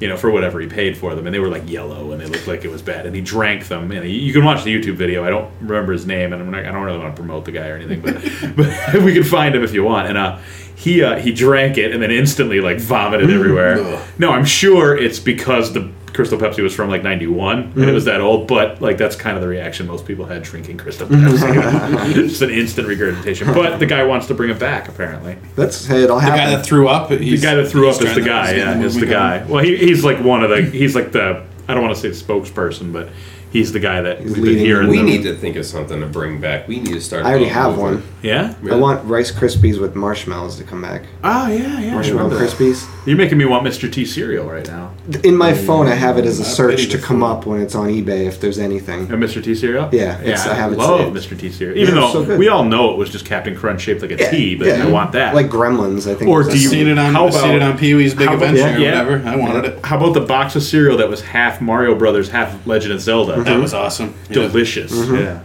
Speaker 3: You know, for whatever he paid for them, and they were like yellow, and they looked like it was bad. And he drank them, and he, you can watch the YouTube video. I don't remember his name, and I'm not, I don't really want to promote the guy or anything, but, but we can find him if you want. And uh, he uh, he drank it, and then instantly like vomited everywhere.
Speaker 1: Ugh.
Speaker 3: No, I'm sure it's because the Crystal Pepsi was from like '91 and it was that old. But like that's kind of the reaction most people had drinking Crystal Pepsi. Just an instant regurgitation. But the guy wants to bring it back apparently.
Speaker 4: That's hey, it'll
Speaker 1: the guy
Speaker 4: happen.
Speaker 1: that threw up. he's-
Speaker 3: The guy that threw
Speaker 1: he's
Speaker 3: up is
Speaker 1: trying
Speaker 3: the
Speaker 1: to-
Speaker 3: guy.
Speaker 1: he's getting
Speaker 3: Yeah, is the
Speaker 1: movement
Speaker 3: guy.
Speaker 1: going.
Speaker 3: Well, he, he's like one of the. He's like the. I don't want to say spokesperson, but he's the guy that we've been
Speaker 4: leading
Speaker 3: hearing.
Speaker 4: the
Speaker 2: We
Speaker 3: the-
Speaker 2: need to think of something to bring back. We need to start.
Speaker 4: I
Speaker 3: Oh,
Speaker 4: already
Speaker 2: a
Speaker 4: have one.
Speaker 2: movement.
Speaker 3: Yeah.
Speaker 4: I want Rice Krispies with marshmallows to come back.
Speaker 3: Oh yeah, yeah. I
Speaker 4: Marshmallow
Speaker 3: remember that.
Speaker 4: Krispies.
Speaker 3: You're making me want Mr. T cereal right now.
Speaker 4: In my phone, I have it as a
Speaker 1: I've
Speaker 4: search
Speaker 1: eaten
Speaker 4: to
Speaker 1: it
Speaker 4: come
Speaker 1: before.
Speaker 4: up when it's on eBay if there's anything.
Speaker 3: A Mr. T cereal?
Speaker 4: Yeah, it's-
Speaker 3: yeah. I,
Speaker 4: I have it
Speaker 3: love
Speaker 4: saved.
Speaker 3: Mr. T cereal. Even
Speaker 4: Yeah, it's
Speaker 3: though
Speaker 4: so good.
Speaker 3: we all know it was just Captain Crunch shaped like a T, but
Speaker 4: yeah.
Speaker 3: I want that.
Speaker 4: Like Gremlins, I think.
Speaker 3: Or
Speaker 4: it was.
Speaker 3: do
Speaker 1: I've
Speaker 3: you-
Speaker 1: seen it on.
Speaker 3: How
Speaker 1: I've seen
Speaker 3: about-
Speaker 1: it on Pee Wee's Big
Speaker 3: how about-
Speaker 1: Adventure or
Speaker 3: yeah.
Speaker 1: whatever. I wanted it.
Speaker 3: how about the box of cereal that was half Mario Brothers, half Legend of Zelda?
Speaker 4: Mm-hmm.
Speaker 1: That was awesome. Yeah.
Speaker 3: delicious. Yeah.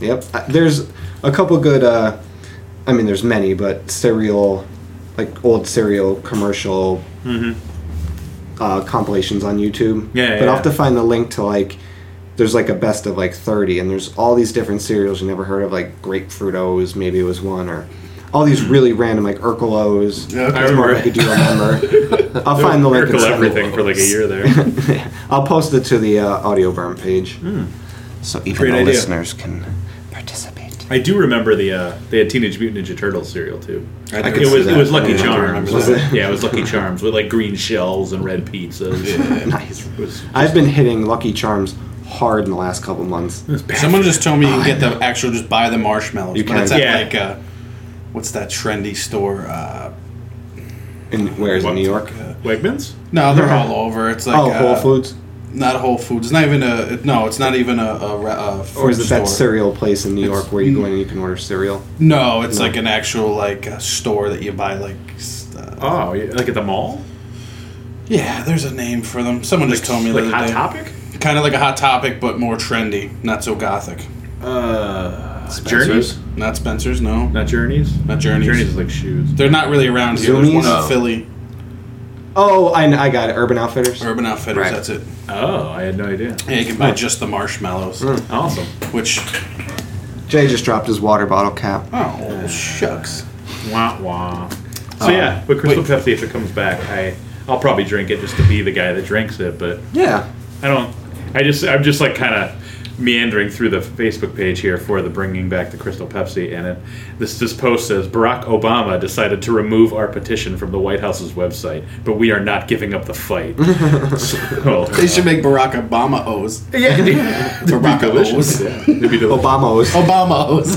Speaker 4: Yep. I- There's a couple good. Uh, I mean, there's many, but cereal, like old cereal commercial uh, compilations on YouTube.
Speaker 3: Mm-hmm. Yeah, yeah,
Speaker 4: But I'll
Speaker 3: yeah.
Speaker 4: have to find the link to like. There's like a best of like 30, and there's all these different cereals you never heard of, like Grapefruit O's, maybe it was one, or all these really random like Urkel O's.
Speaker 1: Yeah, okay.
Speaker 4: There's more
Speaker 3: Hmm. I
Speaker 4: I could do remember. I'll find the link. and
Speaker 3: Miracle
Speaker 4: send it.
Speaker 3: everything for like a year there.
Speaker 4: I'll post it to the uh, audio burn page, so even
Speaker 1: Hmm. Great
Speaker 4: the
Speaker 1: idea.
Speaker 4: listeners can participate.
Speaker 3: I do remember the uh, they had Teenage Mutant Ninja Turtles cereal too.
Speaker 1: I
Speaker 3: It was it was Lucky
Speaker 1: Yeah, I do
Speaker 3: Charms.
Speaker 1: remember
Speaker 4: that.
Speaker 3: Yeah, it was Lucky Charms with like green shells and red pizzas. It
Speaker 4: Nice.
Speaker 3: was, it
Speaker 4: Ah, I've been hitting Lucky Charms hard in the last couple months.
Speaker 3: was bad.
Speaker 1: Someone just told me you can get the actual, just buy the marshmallows.
Speaker 4: You
Speaker 1: but it's
Speaker 4: can.
Speaker 1: at
Speaker 3: Oh, Yeah.
Speaker 1: like, uh, what's that trendy store? Uh,
Speaker 4: In where is it,
Speaker 3: What?
Speaker 4: New York?
Speaker 3: Wegmans.
Speaker 1: no, they're all over. It's like
Speaker 4: oh,
Speaker 1: uh,
Speaker 4: Whole Foods,
Speaker 1: Not Whole Foods. It's not even a. No, it's not even a. a, re- a food
Speaker 4: or is it that
Speaker 1: store.
Speaker 4: cereal place in New York where you go in and you can order cereal?
Speaker 1: No, it's
Speaker 4: No.
Speaker 1: like an actual like uh store that you buy like. s- Uh,
Speaker 3: Oh, yeah, like at the mall.
Speaker 1: yeah, there's a name for them. Someone just told me
Speaker 3: like
Speaker 1: the
Speaker 3: Hot
Speaker 1: other
Speaker 3: Topic.
Speaker 1: day. Kind of like a hot topic, but more trendy, not so gothic.
Speaker 3: Uh, Journeys.
Speaker 1: Not Spencer's, no.
Speaker 3: Not Journeys.
Speaker 1: Not Journeys.
Speaker 3: Journeys is like shoes.
Speaker 1: They're not really around here. There's one
Speaker 4: Zoomies?
Speaker 1: in Philly,
Speaker 4: Oh, I, kn- I got it. Urban Outfitters.
Speaker 1: Urban Outfitters.
Speaker 4: Right.
Speaker 1: That's it.
Speaker 3: Oh, I had no idea.
Speaker 1: Yeah, you can buy just the marshmallows,
Speaker 3: Awesome.
Speaker 1: which
Speaker 4: Jay just dropped his water bottle cap.
Speaker 1: oh shucks.
Speaker 3: Wah wah.
Speaker 1: Uh,
Speaker 3: So yeah, but Crystal Pepsi, if it comes back, I I'll probably drink it just to be the guy that drinks it. But
Speaker 4: Yeah,
Speaker 3: I don't. I just I'm just like kind of meandering through the Facebook page here for the bringing back the Crystal Pepsi, and it, this this post says Barack Obama decided to remove our petition from the White House's website, but we are not giving up the fight. so,
Speaker 1: They should make Barack Obama O's.
Speaker 3: yeah,
Speaker 1: Barack O's.
Speaker 3: it'd be delicious.
Speaker 4: Obama's.
Speaker 1: Obama O's.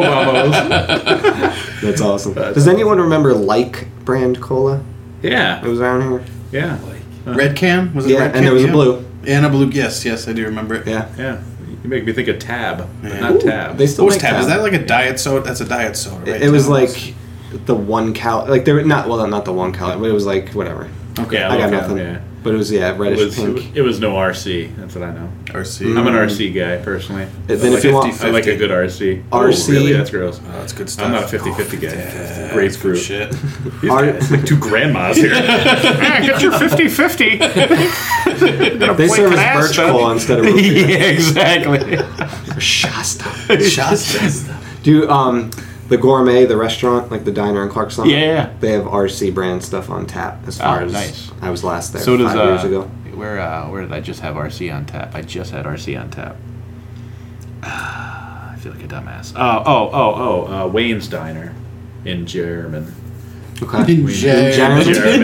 Speaker 3: Obama's.
Speaker 4: That's awesome. Does anyone remember Like brand cola? It
Speaker 3: Yeah,
Speaker 4: was around here.
Speaker 3: yeah,
Speaker 1: Red Cam was it?
Speaker 4: Yeah,
Speaker 1: red
Speaker 4: and
Speaker 1: Cam?
Speaker 4: there was a
Speaker 1: Yeah.
Speaker 4: blue.
Speaker 1: And a blue. Yes, yes, I do remember it.
Speaker 4: Yeah,
Speaker 3: yeah. You make me think of Tab, but
Speaker 1: Yeah.
Speaker 3: not Tab.
Speaker 4: they still
Speaker 1: What was
Speaker 4: make
Speaker 1: tab?
Speaker 4: that.
Speaker 1: Is that like a diet soda? That's a diet soda, right?
Speaker 4: it was
Speaker 1: Tab?
Speaker 4: like the one cal. Like there, were- not well, not the one cal, but it was like whatever.
Speaker 3: Oh, Okay,
Speaker 4: I got
Speaker 3: look out,
Speaker 4: nothing.
Speaker 3: yeah.
Speaker 4: But it was yeah,
Speaker 3: It
Speaker 4: reddish
Speaker 3: was,
Speaker 4: pink.
Speaker 3: it was no RC. That's what I know.
Speaker 1: RC.
Speaker 4: mm-hmm.
Speaker 3: I'm an RC guy personally.
Speaker 4: Then if you want-
Speaker 3: I like a good RC.
Speaker 4: RC?
Speaker 3: really? That's gross.
Speaker 1: Oh, that's good stuff.
Speaker 3: I'm not a 50 50 guy. Grapefruit.
Speaker 1: Shit.
Speaker 3: These
Speaker 4: Are-
Speaker 3: guys, like two grandmas here. get your 50 50.
Speaker 4: They serve as birch cola instead of root beer.
Speaker 3: exactly.
Speaker 4: Shasta.
Speaker 1: Shots.
Speaker 4: Do you, um the gourmet, the restaurant, like the diner in Clarkson?
Speaker 3: Yeah, yeah, yeah.
Speaker 4: They have RC brand stuff on tap. As far as
Speaker 3: nice.
Speaker 4: I was last there
Speaker 3: So does
Speaker 4: five
Speaker 3: uh,
Speaker 4: years ago.
Speaker 3: where uh, where did I just have RC on tap? I just had RC on tap. Ah, I feel like a dumbass. Oh oh oh oh, uh, Wayne's Diner in German.
Speaker 4: Okay.
Speaker 3: In German.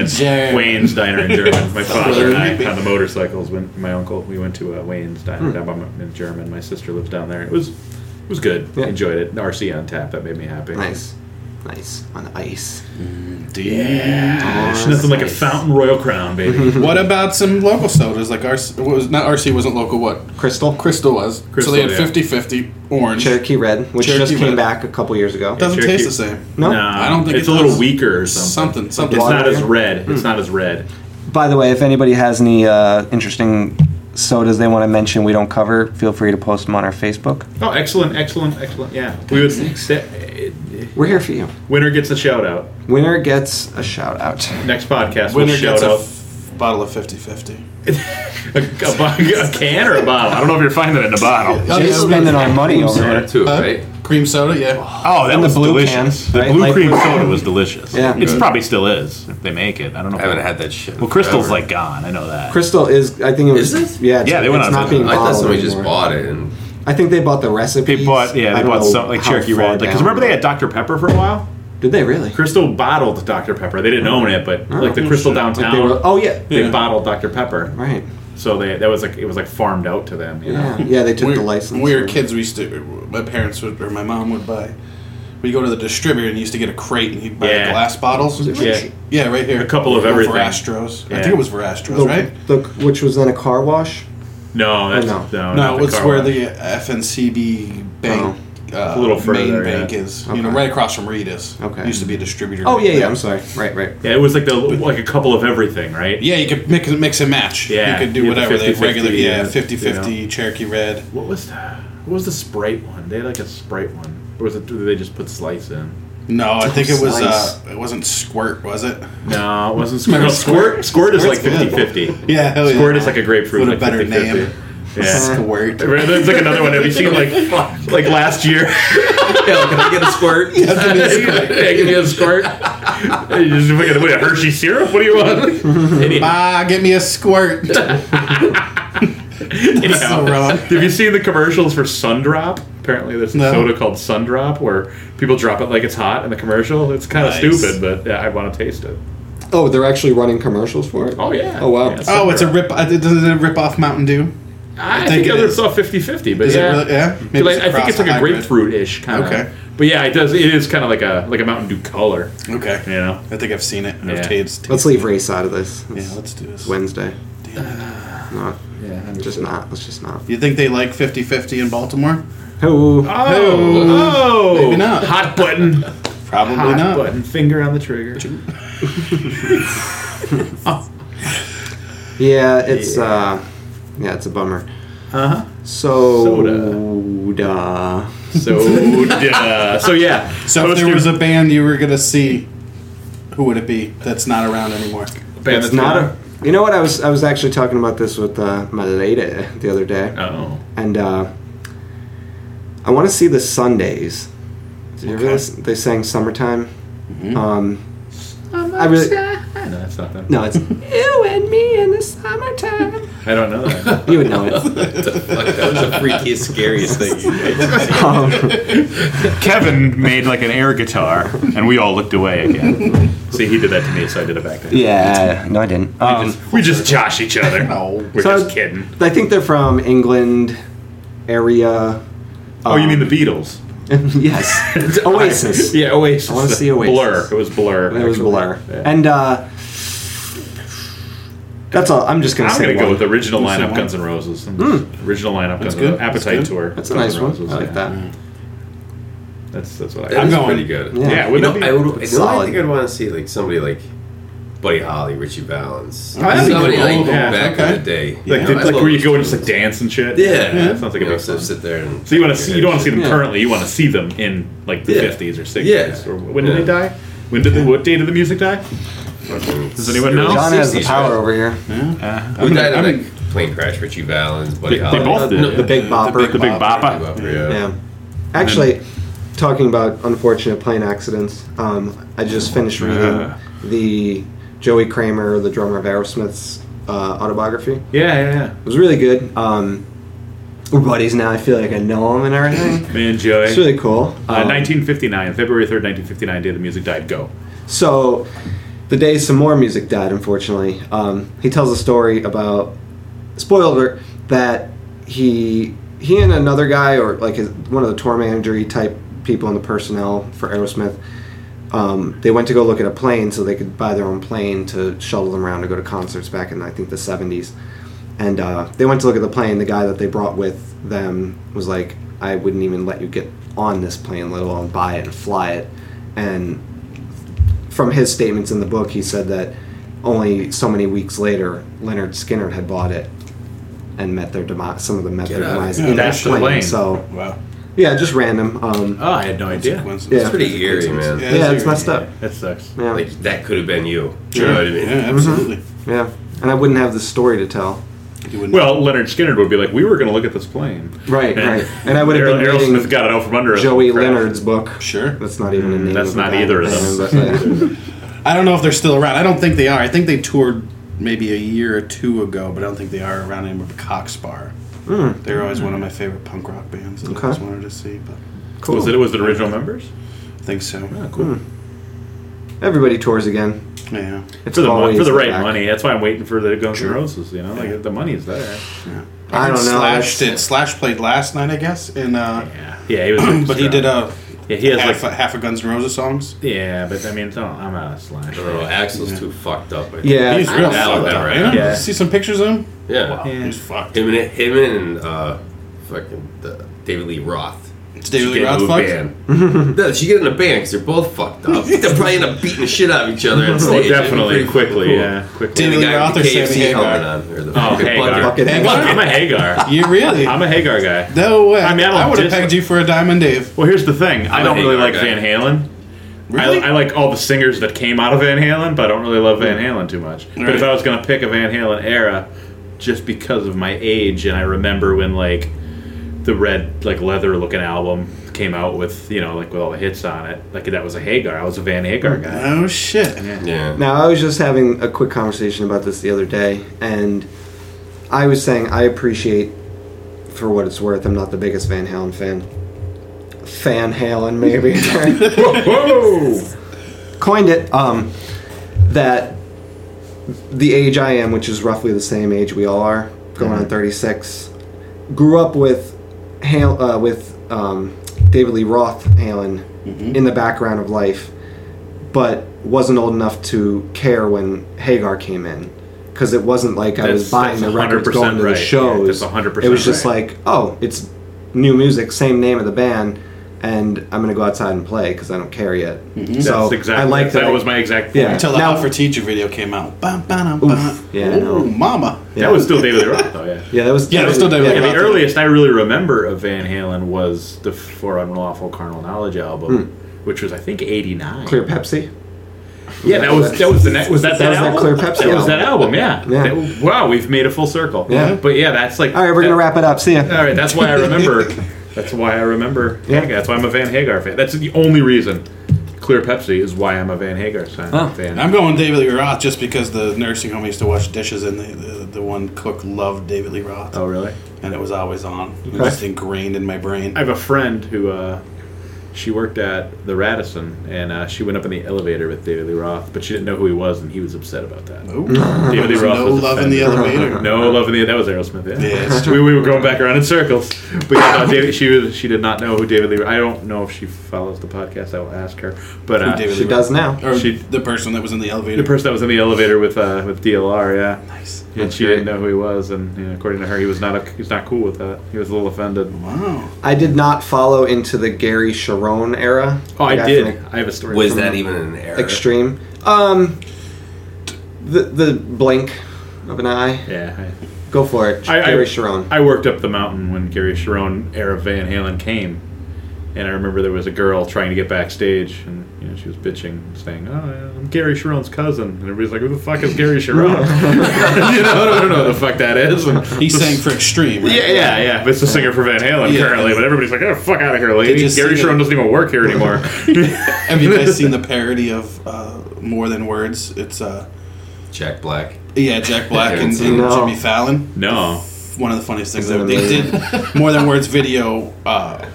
Speaker 1: German.
Speaker 3: Wayne's Diner in German. My father and I
Speaker 1: German.
Speaker 3: on the motorcycles went. My uncle. We went to uh, Wayne's Diner down by my, in German. My sister lives down there. It was it was good.
Speaker 4: Yeah.
Speaker 3: Enjoyed it. RC on tap. That made me happy.
Speaker 4: Nice. Nice. On ice.
Speaker 1: Yeah.
Speaker 3: It's nothing like a
Speaker 4: Nice.
Speaker 3: fountain royal crown, baby.
Speaker 1: What about some local sodas? Like RC what was not RC wasn't local. What
Speaker 4: Crystal.
Speaker 1: Crystal was. so
Speaker 3: Crystal,
Speaker 1: they had
Speaker 3: yeah.
Speaker 1: 50-50 orange.
Speaker 4: Cherokee Red, which
Speaker 1: Cherokee
Speaker 4: just
Speaker 1: Red.
Speaker 4: came back a couple years ago.
Speaker 1: Doesn't
Speaker 3: Cherokee-
Speaker 1: taste the same.
Speaker 4: No?
Speaker 3: Nah,
Speaker 1: I don't think
Speaker 3: it's
Speaker 1: it
Speaker 3: a little
Speaker 1: does.
Speaker 3: weaker or something.
Speaker 1: Something, something.
Speaker 3: It's not
Speaker 4: Water.
Speaker 3: as red. It's not as red.
Speaker 4: By the way, if anybody has any uh, interesting sodas they want to mention we don't cover, feel free to post them on our Facebook.
Speaker 3: Oh, excellent, excellent, excellent. Yeah, we would. se-
Speaker 4: We're here for you.
Speaker 3: Winner gets a shout out.
Speaker 4: Winner gets a shout out.
Speaker 3: Next podcast, we'll
Speaker 1: Winner
Speaker 3: shout
Speaker 1: gets a
Speaker 3: out
Speaker 1: f- bottle of 50-50.
Speaker 3: a, a bo- a can or a bottle. I don't know if you're finding it in a bottle.
Speaker 2: Oh,
Speaker 1: yeah,
Speaker 4: Jay's spending our money over
Speaker 2: Or
Speaker 4: here.
Speaker 2: two,
Speaker 1: Huh?
Speaker 2: right?
Speaker 1: uh, Cream soda, yeah.
Speaker 3: Oh, that
Speaker 4: And the
Speaker 3: was
Speaker 4: blue
Speaker 3: delicious.
Speaker 4: cans,
Speaker 3: the
Speaker 4: right?
Speaker 3: blue
Speaker 4: Like-
Speaker 3: cream soda was delicious.
Speaker 4: Yeah.
Speaker 3: it's
Speaker 4: Good.
Speaker 3: probably still is if they make it. I don't know.
Speaker 2: I
Speaker 3: If
Speaker 2: haven't had that shit. in
Speaker 3: Well, Crystal's
Speaker 2: forever.
Speaker 3: like gone. I know that.
Speaker 4: Crystal is, I think it was,
Speaker 2: Is it?
Speaker 4: yeah, it's,
Speaker 3: Yeah, they went
Speaker 4: it's
Speaker 3: on
Speaker 4: not
Speaker 3: a-
Speaker 4: being
Speaker 2: I thought
Speaker 4: bottled
Speaker 2: somebody just
Speaker 4: anymore.
Speaker 2: bought it and
Speaker 4: I think they bought the recipe.
Speaker 3: they bought yeah, they bought some like Cherokee Red. Like, cause remember they had Dr Pepper for a while.
Speaker 4: Did they really?
Speaker 3: Crystal bottled Dr Pepper. They didn't own it, but like the Crystal downtown,
Speaker 4: They
Speaker 3: they,
Speaker 4: were, oh yeah,
Speaker 1: Yeah.
Speaker 3: bottled Dr Pepper.
Speaker 4: right.
Speaker 3: So they that was like it was like farmed out to them. You
Speaker 4: Yeah,
Speaker 3: know?
Speaker 4: yeah, they took
Speaker 1: When we-
Speaker 4: the license.
Speaker 1: When we were kids, we used to. My parents would, or my mom would buy. We go to the distributor and used to get a crate and he'd buy
Speaker 3: Yeah.
Speaker 1: glass bottles.
Speaker 3: Yeah.
Speaker 1: yeah, right here.
Speaker 3: A couple of everything.
Speaker 1: Verastros. I
Speaker 3: Yeah.
Speaker 1: think it was Verastros,
Speaker 4: the,
Speaker 1: right?
Speaker 4: the- which was then a car wash.
Speaker 3: No, that's
Speaker 4: Oh,
Speaker 3: no,
Speaker 1: No,
Speaker 3: not
Speaker 1: it's
Speaker 3: car
Speaker 1: where
Speaker 3: wash.
Speaker 1: the FNCB bank, uh,
Speaker 3: A little
Speaker 1: main
Speaker 3: further, yeah.
Speaker 1: bank is. You know, right across from Rita's.
Speaker 4: Oh. Okay.
Speaker 1: Used to be a distributor.
Speaker 4: Oh
Speaker 1: right
Speaker 4: yeah, yeah.
Speaker 1: there.
Speaker 4: I'm sorry. Right, right.
Speaker 3: Yeah, it was like the like a couple of everything, right?
Speaker 1: Yeah, you could mix, mix and match.
Speaker 3: Yeah,
Speaker 1: You could do
Speaker 3: you had the
Speaker 1: whatever. They
Speaker 3: 50-50,
Speaker 1: regular, yeah,
Speaker 3: yeah,
Speaker 1: 50 50,
Speaker 3: you
Speaker 1: Cherokee Red.
Speaker 3: What was the, what was the Sprite one? They had like a Sprite one, or was it? Did they just put slice in?
Speaker 1: No, I think it was,
Speaker 4: Slice.
Speaker 1: uh, it wasn't Squirt, was it?
Speaker 3: No, it wasn't
Speaker 1: Remember Squirt?
Speaker 3: Squirt. Squirt, squirt is like
Speaker 1: Squirt's good.
Speaker 3: 50-50.
Speaker 1: Yeah, hell yeah.
Speaker 3: Squirt is like a grapefruit.
Speaker 1: What a
Speaker 3: like
Speaker 1: better
Speaker 3: 50-50.
Speaker 1: name.
Speaker 3: Yeah.
Speaker 1: Squirt.
Speaker 3: There's like another one. Have you seen like like last year?
Speaker 2: yeah, can I get a squirt?
Speaker 3: yeah, give me a squirt. You just fucking- what, a Hershey syrup? What do you want? Anyhow,
Speaker 1: Ah, give me a squirt.
Speaker 3: anyhow.
Speaker 1: so wrong.
Speaker 3: Have you seen the commercials for Sundrop? Apparently, there's a
Speaker 1: No.
Speaker 3: soda called Sundrop where people drop it like it's hot in the commercial. It's kind of
Speaker 1: Nice.
Speaker 3: stupid, but yeah, I want to taste it.
Speaker 4: Oh, they're actually running commercials for it.
Speaker 3: Oh yeah.
Speaker 4: Oh, wow.
Speaker 3: Yeah,
Speaker 1: Oh, it's a
Speaker 3: Sundrop.
Speaker 1: rip. uh, Does it rip off Mountain Dew?
Speaker 3: I,
Speaker 1: think
Speaker 3: think,
Speaker 1: it
Speaker 3: it's
Speaker 1: is.
Speaker 3: all 50-50, but
Speaker 1: Is it
Speaker 3: yeah,
Speaker 1: really- yeah? Maybe
Speaker 3: Because
Speaker 1: it's
Speaker 3: I, I
Speaker 1: a
Speaker 3: think it's like a
Speaker 1: cross-hybrid.
Speaker 3: grapefruit-ish kind of.
Speaker 1: Okay.
Speaker 3: But yeah, it does. It is kind of like a like a Mountain Dew color.
Speaker 1: Okay.
Speaker 3: You know.
Speaker 1: I think I've seen it.
Speaker 3: Yeah.
Speaker 1: I've tasted.
Speaker 4: Let's leave race out of this. It's
Speaker 1: Yeah, let's do this.
Speaker 4: Wednesday. Not
Speaker 3: Yeah.
Speaker 4: just not. Let's just not.
Speaker 1: You think they like 50-50 in Baltimore?
Speaker 4: Oh,
Speaker 3: Oh, oh,
Speaker 1: Maybe not.
Speaker 3: Hot button,
Speaker 1: Probably
Speaker 3: hot
Speaker 1: not.
Speaker 3: button, finger on the trigger.
Speaker 4: yeah, it's uh, yeah, it's a bummer.
Speaker 3: Uh huh.
Speaker 4: So
Speaker 3: Soda.
Speaker 4: Soda.
Speaker 3: So, yeah. so yeah.
Speaker 1: So if
Speaker 3: Hosted
Speaker 1: there was a band you were gonna see, who would it be? That's not around anymore.
Speaker 3: band
Speaker 4: It's
Speaker 3: that's
Speaker 4: not
Speaker 3: gone.
Speaker 4: a. You know what? I was I was actually talking about this with uh, my lady the other day,
Speaker 3: Oh.
Speaker 4: and uh, I want to see the Sundays. Did you ever listen? They sang "Summertime." Um, I really
Speaker 3: I know that's not that.
Speaker 4: no, it's you and me in the summertime.
Speaker 3: I don't know that.
Speaker 4: You would know it.
Speaker 2: Fuck, that was the freakiest, scariest thing.
Speaker 4: Um,
Speaker 3: Kevin made like an air guitar, and we all looked away again. See, he did that to me, so I did it back to him.
Speaker 4: yeah, no, I didn't. Um,
Speaker 3: We just josh each other.
Speaker 1: No.
Speaker 3: We're
Speaker 4: So-
Speaker 3: just kidding.
Speaker 4: I think they're from England area.
Speaker 3: Oh, you mean
Speaker 4: um,
Speaker 3: the Beatles?
Speaker 4: yes, Oasis.
Speaker 3: Yeah, Oasis.
Speaker 4: I wanna see Oasis.
Speaker 3: Blur. It was Blur.
Speaker 4: It was
Speaker 3: actually.
Speaker 4: Blur.
Speaker 3: Yeah.
Speaker 4: And uh, that's all. I'm just gonna
Speaker 3: I'm
Speaker 4: say
Speaker 3: gonna
Speaker 4: one. Hmm.
Speaker 3: go with original
Speaker 1: Let's say
Speaker 3: lineup
Speaker 1: one.
Speaker 3: Guns N' Roses. Original lineup Guns N'
Speaker 1: good.
Speaker 3: Roses. Appetite
Speaker 1: That's good.
Speaker 3: tour.
Speaker 4: That's a
Speaker 3: Guns
Speaker 4: nice
Speaker 3: N'
Speaker 4: one.
Speaker 3: Roses,
Speaker 4: I like
Speaker 3: yeah.
Speaker 4: that.
Speaker 3: That's that's what I.
Speaker 2: I'm
Speaker 1: going.
Speaker 2: pretty good.
Speaker 4: Yeah.
Speaker 3: Yeah,
Speaker 2: You
Speaker 3: would
Speaker 2: know,
Speaker 3: be,
Speaker 2: I would. The
Speaker 4: solid.
Speaker 2: only thing I'd want to see like somebody like Buddy Holly, Richie Valens,
Speaker 3: Oh,
Speaker 1: that'd be
Speaker 2: somebody
Speaker 1: cool.
Speaker 2: like
Speaker 1: Yeah,
Speaker 2: back
Speaker 1: okay.
Speaker 2: in the day.
Speaker 3: like,
Speaker 2: You
Speaker 3: did-
Speaker 2: know,
Speaker 3: like
Speaker 2: that's
Speaker 3: where you
Speaker 2: what-
Speaker 3: go and just like dance and shit.
Speaker 2: Yeah,
Speaker 3: that sounds like a
Speaker 2: you know,
Speaker 3: big
Speaker 2: so
Speaker 3: fun.
Speaker 2: sit there and.
Speaker 3: Mm-hmm. So you want to see? You don't want to see them
Speaker 4: Yeah.
Speaker 3: currently. You want to see them in like the
Speaker 2: Yeah.
Speaker 3: fifties or sixties.
Speaker 2: Yeah.
Speaker 3: Or when did
Speaker 2: Yeah.
Speaker 3: they die? When did the, what day did the music die?
Speaker 2: Does
Speaker 3: anyone know?
Speaker 4: John has the
Speaker 2: 60s,
Speaker 4: power
Speaker 2: right?
Speaker 4: over here.
Speaker 2: Who died
Speaker 1: I'm-
Speaker 2: in like plane crash? Richie Valens, Buddy
Speaker 3: They- they
Speaker 2: Holly.
Speaker 3: both did.
Speaker 2: No,
Speaker 4: The Big Bopper.
Speaker 3: The Big Bopper.
Speaker 2: Yeah.
Speaker 4: Yeah. Actually, talking about unfortunate plane accidents, um, I just finished reading
Speaker 3: Yeah.
Speaker 4: the Joey Kramer, the drummer of Aerosmith's uh, autobiography.
Speaker 3: Yeah, yeah,
Speaker 4: It was really good. Um, we're buddies now. I feel like I know him and everything.
Speaker 3: yeah. Me and Joey.
Speaker 4: It's really cool.
Speaker 3: Uh,
Speaker 4: Um,
Speaker 3: 1959, February 3rd, 1959, Day the Music Died. Go.
Speaker 4: So, the day some more music died, unfortunately, um, he tells a story about spoiler alert, that he he and another guy or like his, one of the tour manager type people in the personnel for Aerosmith, um, they went to go look at a plane so they could buy their own plane to shuttle them around to go to concerts back in I think the seventies, and uh, they went to look at the plane. The guy that they brought with them was like, "I wouldn't even let you get on this plane, let alone buy it and fly it," and from his statements in the book, he said that only so many weeks later, Leonard Skinner had bought it and met their demise. Some of them met
Speaker 2: Get
Speaker 4: their
Speaker 2: out of
Speaker 4: demise
Speaker 1: here.
Speaker 4: in that
Speaker 3: That's the
Speaker 4: plane.
Speaker 3: plane.
Speaker 4: So
Speaker 1: Wow.
Speaker 4: yeah, just random. Um,
Speaker 3: Oh, I had no
Speaker 1: That's a
Speaker 3: idea.
Speaker 1: coincidence.
Speaker 4: yeah,
Speaker 2: It's pretty eerie, man.
Speaker 1: Yeah.
Speaker 4: yeah, it's
Speaker 1: that's
Speaker 4: messed up.
Speaker 3: That sucks.
Speaker 4: Yeah,
Speaker 2: Oh, Like that could have been you. You
Speaker 1: Sure.
Speaker 2: know what I mean?
Speaker 1: Yeah, absolutely.
Speaker 4: yeah, and I wouldn't have the story to tell.
Speaker 1: You wouldn't-
Speaker 3: Well, Leonard Skinner would be like, we were going to look at this plane.
Speaker 4: Right,
Speaker 3: And-
Speaker 4: right. And I would have
Speaker 3: Errol-
Speaker 4: been
Speaker 3: Errol
Speaker 4: reading
Speaker 3: Smith got it out from under us.
Speaker 4: Joey
Speaker 3: Crap.
Speaker 4: Leonard's book.
Speaker 1: sure.
Speaker 4: That's not even a name.
Speaker 3: that's
Speaker 4: of the
Speaker 3: not
Speaker 4: guy.
Speaker 3: either of
Speaker 4: Yeah,
Speaker 3: those.
Speaker 4: but, yeah.
Speaker 1: I don't know if they're still around. I don't think they are. I think they toured maybe a year or two ago, but I don't think they are around anymore. But Cox Bar. They're always one of my favorite punk rock bands that
Speaker 4: Hmm. Okay.
Speaker 1: I always wanted to see, but
Speaker 4: cool.
Speaker 3: Was it was it original members?
Speaker 1: I think so.
Speaker 4: Hmm.
Speaker 3: Oh, cool.
Speaker 4: Everybody tours again.
Speaker 1: Yeah.
Speaker 4: It's
Speaker 3: For the mon-
Speaker 4: always
Speaker 3: for the right
Speaker 4: back.
Speaker 3: money. That's why I'm waiting for the Guns N'
Speaker 1: Sure.
Speaker 3: Roses. You know,
Speaker 1: Yeah.
Speaker 3: like the money's there.
Speaker 1: yeah.
Speaker 4: I don't know.
Speaker 1: Slash
Speaker 4: That's-
Speaker 1: did. Slash played last night, I guess, and uh,
Speaker 3: Yeah, yeah. He was,
Speaker 1: but he did uh, a
Speaker 3: Yeah, he has
Speaker 1: half,
Speaker 3: like.
Speaker 1: a, half a Guns N' Roses songs.
Speaker 3: yeah, but I mean, it's not, I'm not a slash.
Speaker 2: I don't know. Oh, Axel's too fucked up. I think.
Speaker 4: Yeah,
Speaker 1: He's real
Speaker 2: Yeah,
Speaker 1: fucked
Speaker 2: like that,
Speaker 1: up.
Speaker 2: right?
Speaker 1: man.
Speaker 3: Yeah.
Speaker 1: See some pictures of him.
Speaker 2: Yeah.
Speaker 1: Wow,
Speaker 3: Yeah.
Speaker 1: he's fucked.
Speaker 2: Him and him and uh, fucking the David Lee Roth.
Speaker 1: It's David
Speaker 2: Should
Speaker 1: Lee
Speaker 2: get
Speaker 1: Roth
Speaker 2: into a
Speaker 1: fucked.
Speaker 2: band. no, she get in a band because they're both fucked up. they're probably end up beating the shit out of each other. At
Speaker 3: Oh,
Speaker 2: stage.
Speaker 3: definitely
Speaker 2: It'd be pretty
Speaker 3: quickly.
Speaker 2: cool.
Speaker 3: Yeah, quickly.
Speaker 2: And
Speaker 1: David
Speaker 2: the guy
Speaker 1: Roth
Speaker 2: with the
Speaker 1: or Sammy
Speaker 2: KFC helmet
Speaker 1: Hagar?
Speaker 2: on. Or the
Speaker 3: Oh,
Speaker 2: fucking
Speaker 3: Hagar.
Speaker 2: bucket.
Speaker 4: Buckethead.
Speaker 3: Look, I'm a Hagar.
Speaker 1: You really?
Speaker 3: I'm a Hagar guy.
Speaker 1: no way.
Speaker 3: I
Speaker 1: I
Speaker 3: mean,
Speaker 1: mean,
Speaker 3: I don't
Speaker 1: I would have
Speaker 3: dis-
Speaker 1: pegged you for a diamond, Dave.
Speaker 3: Well, here's the thing. I
Speaker 2: I'm
Speaker 3: don't
Speaker 2: a
Speaker 3: really
Speaker 2: Hagar
Speaker 3: like
Speaker 2: guy.
Speaker 3: Van Halen.
Speaker 1: Really?
Speaker 3: I, I like all the singers that came out of Van Halen, but I don't really love
Speaker 2: Hmm.
Speaker 3: Van Halen too much. But if
Speaker 1: Right.
Speaker 3: I was gonna pick a Van Halen era, just because of my age, and I remember when like the red like leather looking album came out with you know like with all the hits on it, like that was a Hagar. I was a Van Hagar guy.
Speaker 1: oh shit.
Speaker 2: Yeah.
Speaker 4: Now, I was just having a quick conversation about this the other day, and I was saying I appreciate, for what it's worth, I'm not the biggest Van Halen fan. Fan Halen, maybe.
Speaker 3: Whoa!
Speaker 4: Coined it um, that the age I am, which is roughly the same age we all are, going
Speaker 3: Mm-hmm.
Speaker 4: on 36, grew up with Hal, uh, with um, David Lee Roth Halen
Speaker 3: Mm-hmm.
Speaker 4: in the background of life, but wasn't old enough to care when Hagar came in because it wasn't like I was
Speaker 3: That's-
Speaker 4: buying the
Speaker 3: that's
Speaker 4: records
Speaker 3: 100%
Speaker 4: going to
Speaker 3: right.
Speaker 4: the
Speaker 3: Yeah,
Speaker 4: shows.
Speaker 3: that's 100%
Speaker 4: It was just
Speaker 3: right.
Speaker 4: like, oh, it's new music, same name of the band. And I'm gonna go outside and play because I don't care yet. So
Speaker 3: That's exactly.
Speaker 4: I like that.
Speaker 3: That was my exact.
Speaker 4: Yeah.
Speaker 3: point.
Speaker 1: Until the
Speaker 4: Now-
Speaker 1: Out for Teacher video came out. Bum, bum, bum,
Speaker 4: Oof. Yeah, I know.
Speaker 1: Ooh, mama.
Speaker 4: Yeah.
Speaker 3: That was still David Lee Roth, though. Yeah.
Speaker 4: Yeah, that was.
Speaker 1: Yeah, it was still David Lee
Speaker 3: Yeah,
Speaker 1: Roth.
Speaker 3: the earliest I really remember of Van Halen was the For Unlawful Carnal Knowledge album, which was I think '89.
Speaker 4: Hmm. Clear Pepsi.
Speaker 3: Yeah, that was that was the next was
Speaker 4: That
Speaker 3: that that,
Speaker 4: was that
Speaker 3: album?
Speaker 4: Clear Pepsi
Speaker 3: That was that album, yeah.
Speaker 4: Yeah.
Speaker 3: That- wow, we've made a full circle. Mm-hmm.
Speaker 4: Yeah.
Speaker 3: but yeah, that's like
Speaker 4: All right, we're gonna wrap it up. See ya.
Speaker 3: All right, that's why I remember. that's why I remember.
Speaker 4: Yeah.
Speaker 3: Yeah, that's why I'm a Van Hagar fan. That's the only reason. Clear Pepsi is why I'm a Van Hagar fan.
Speaker 4: Oh.
Speaker 3: fan.
Speaker 1: I'm going David Lee Roth just because the nursing home I used to wash dishes and the, the, the one cook loved David Lee Roth.
Speaker 3: oh, really?
Speaker 1: And it was always on. It
Speaker 4: Okay.
Speaker 1: was just ingrained in my brain.
Speaker 3: I have a friend who uh, she worked at the Radisson, and uh, she went up in the elevator with David Lee Roth, but she didn't know who he was, and he was upset about that.
Speaker 1: Ooh.
Speaker 3: David Lee
Speaker 1: There's
Speaker 3: Roth
Speaker 1: no
Speaker 3: was
Speaker 1: love in the
Speaker 3: offended.
Speaker 1: elevator.
Speaker 3: No love in the that was Aerosmith. Yeah,
Speaker 1: Yeah, it's
Speaker 3: we, we were going back around in circles. But yeah, no, David, she was she did not know who David Lee. I don't know if she follows the podcast. I will ask her. But uh,
Speaker 1: David
Speaker 4: She does now.
Speaker 1: Or
Speaker 3: She-
Speaker 1: the person that was in the elevator.
Speaker 3: the person that was in the elevator with uh, with DLR, yeah,
Speaker 1: nice.
Speaker 3: and
Speaker 4: That's
Speaker 3: she didn't
Speaker 4: great.
Speaker 3: know who he was, and you know, according to her, he was not a, he was not cool with that. He was a little offended.
Speaker 1: Wow.
Speaker 4: I did not follow into the Gary Sharon era.
Speaker 3: Oh, I
Speaker 4: Like,
Speaker 3: did.
Speaker 4: think
Speaker 3: I have a story.
Speaker 2: Was
Speaker 3: from
Speaker 2: that even an error?
Speaker 4: Extreme. Um, the the blink of an eye.
Speaker 3: Yeah.
Speaker 4: Go for it,
Speaker 3: I- I-
Speaker 4: Gary Sharon.
Speaker 3: I, I worked up the mountain when Gary Sharon era Van Halen came, and I remember there was a girl trying to get backstage, and you know she was bitching, saying, "Oh, yeah, I'm Gary Sharon's cousin," and everybody's like, "Who the fuck is Gary Sharon?" you know, I don't know who the fuck that is. And
Speaker 1: He sang for Extreme, right?
Speaker 3: Yeah, yeah, yeah. But it's the singer for Van Halen
Speaker 1: Yeah.
Speaker 3: currently, but everybody's like, "Oh, fuck out of here, lady."
Speaker 1: Did you see
Speaker 3: Gary
Speaker 1: the-
Speaker 3: Sharon doesn't even work here anymore.
Speaker 1: Have you guys seen the parody of uh, More Than Words? It's uh,
Speaker 2: Jack Black.
Speaker 1: yeah, Jack Black and,
Speaker 2: Haven't
Speaker 1: and
Speaker 4: seen it.
Speaker 1: Jimmy Fallon.
Speaker 3: No.
Speaker 1: One of the funniest things
Speaker 4: Isn't
Speaker 1: that
Speaker 4: it
Speaker 1: they
Speaker 4: amazing?
Speaker 1: did, more than words video, uh,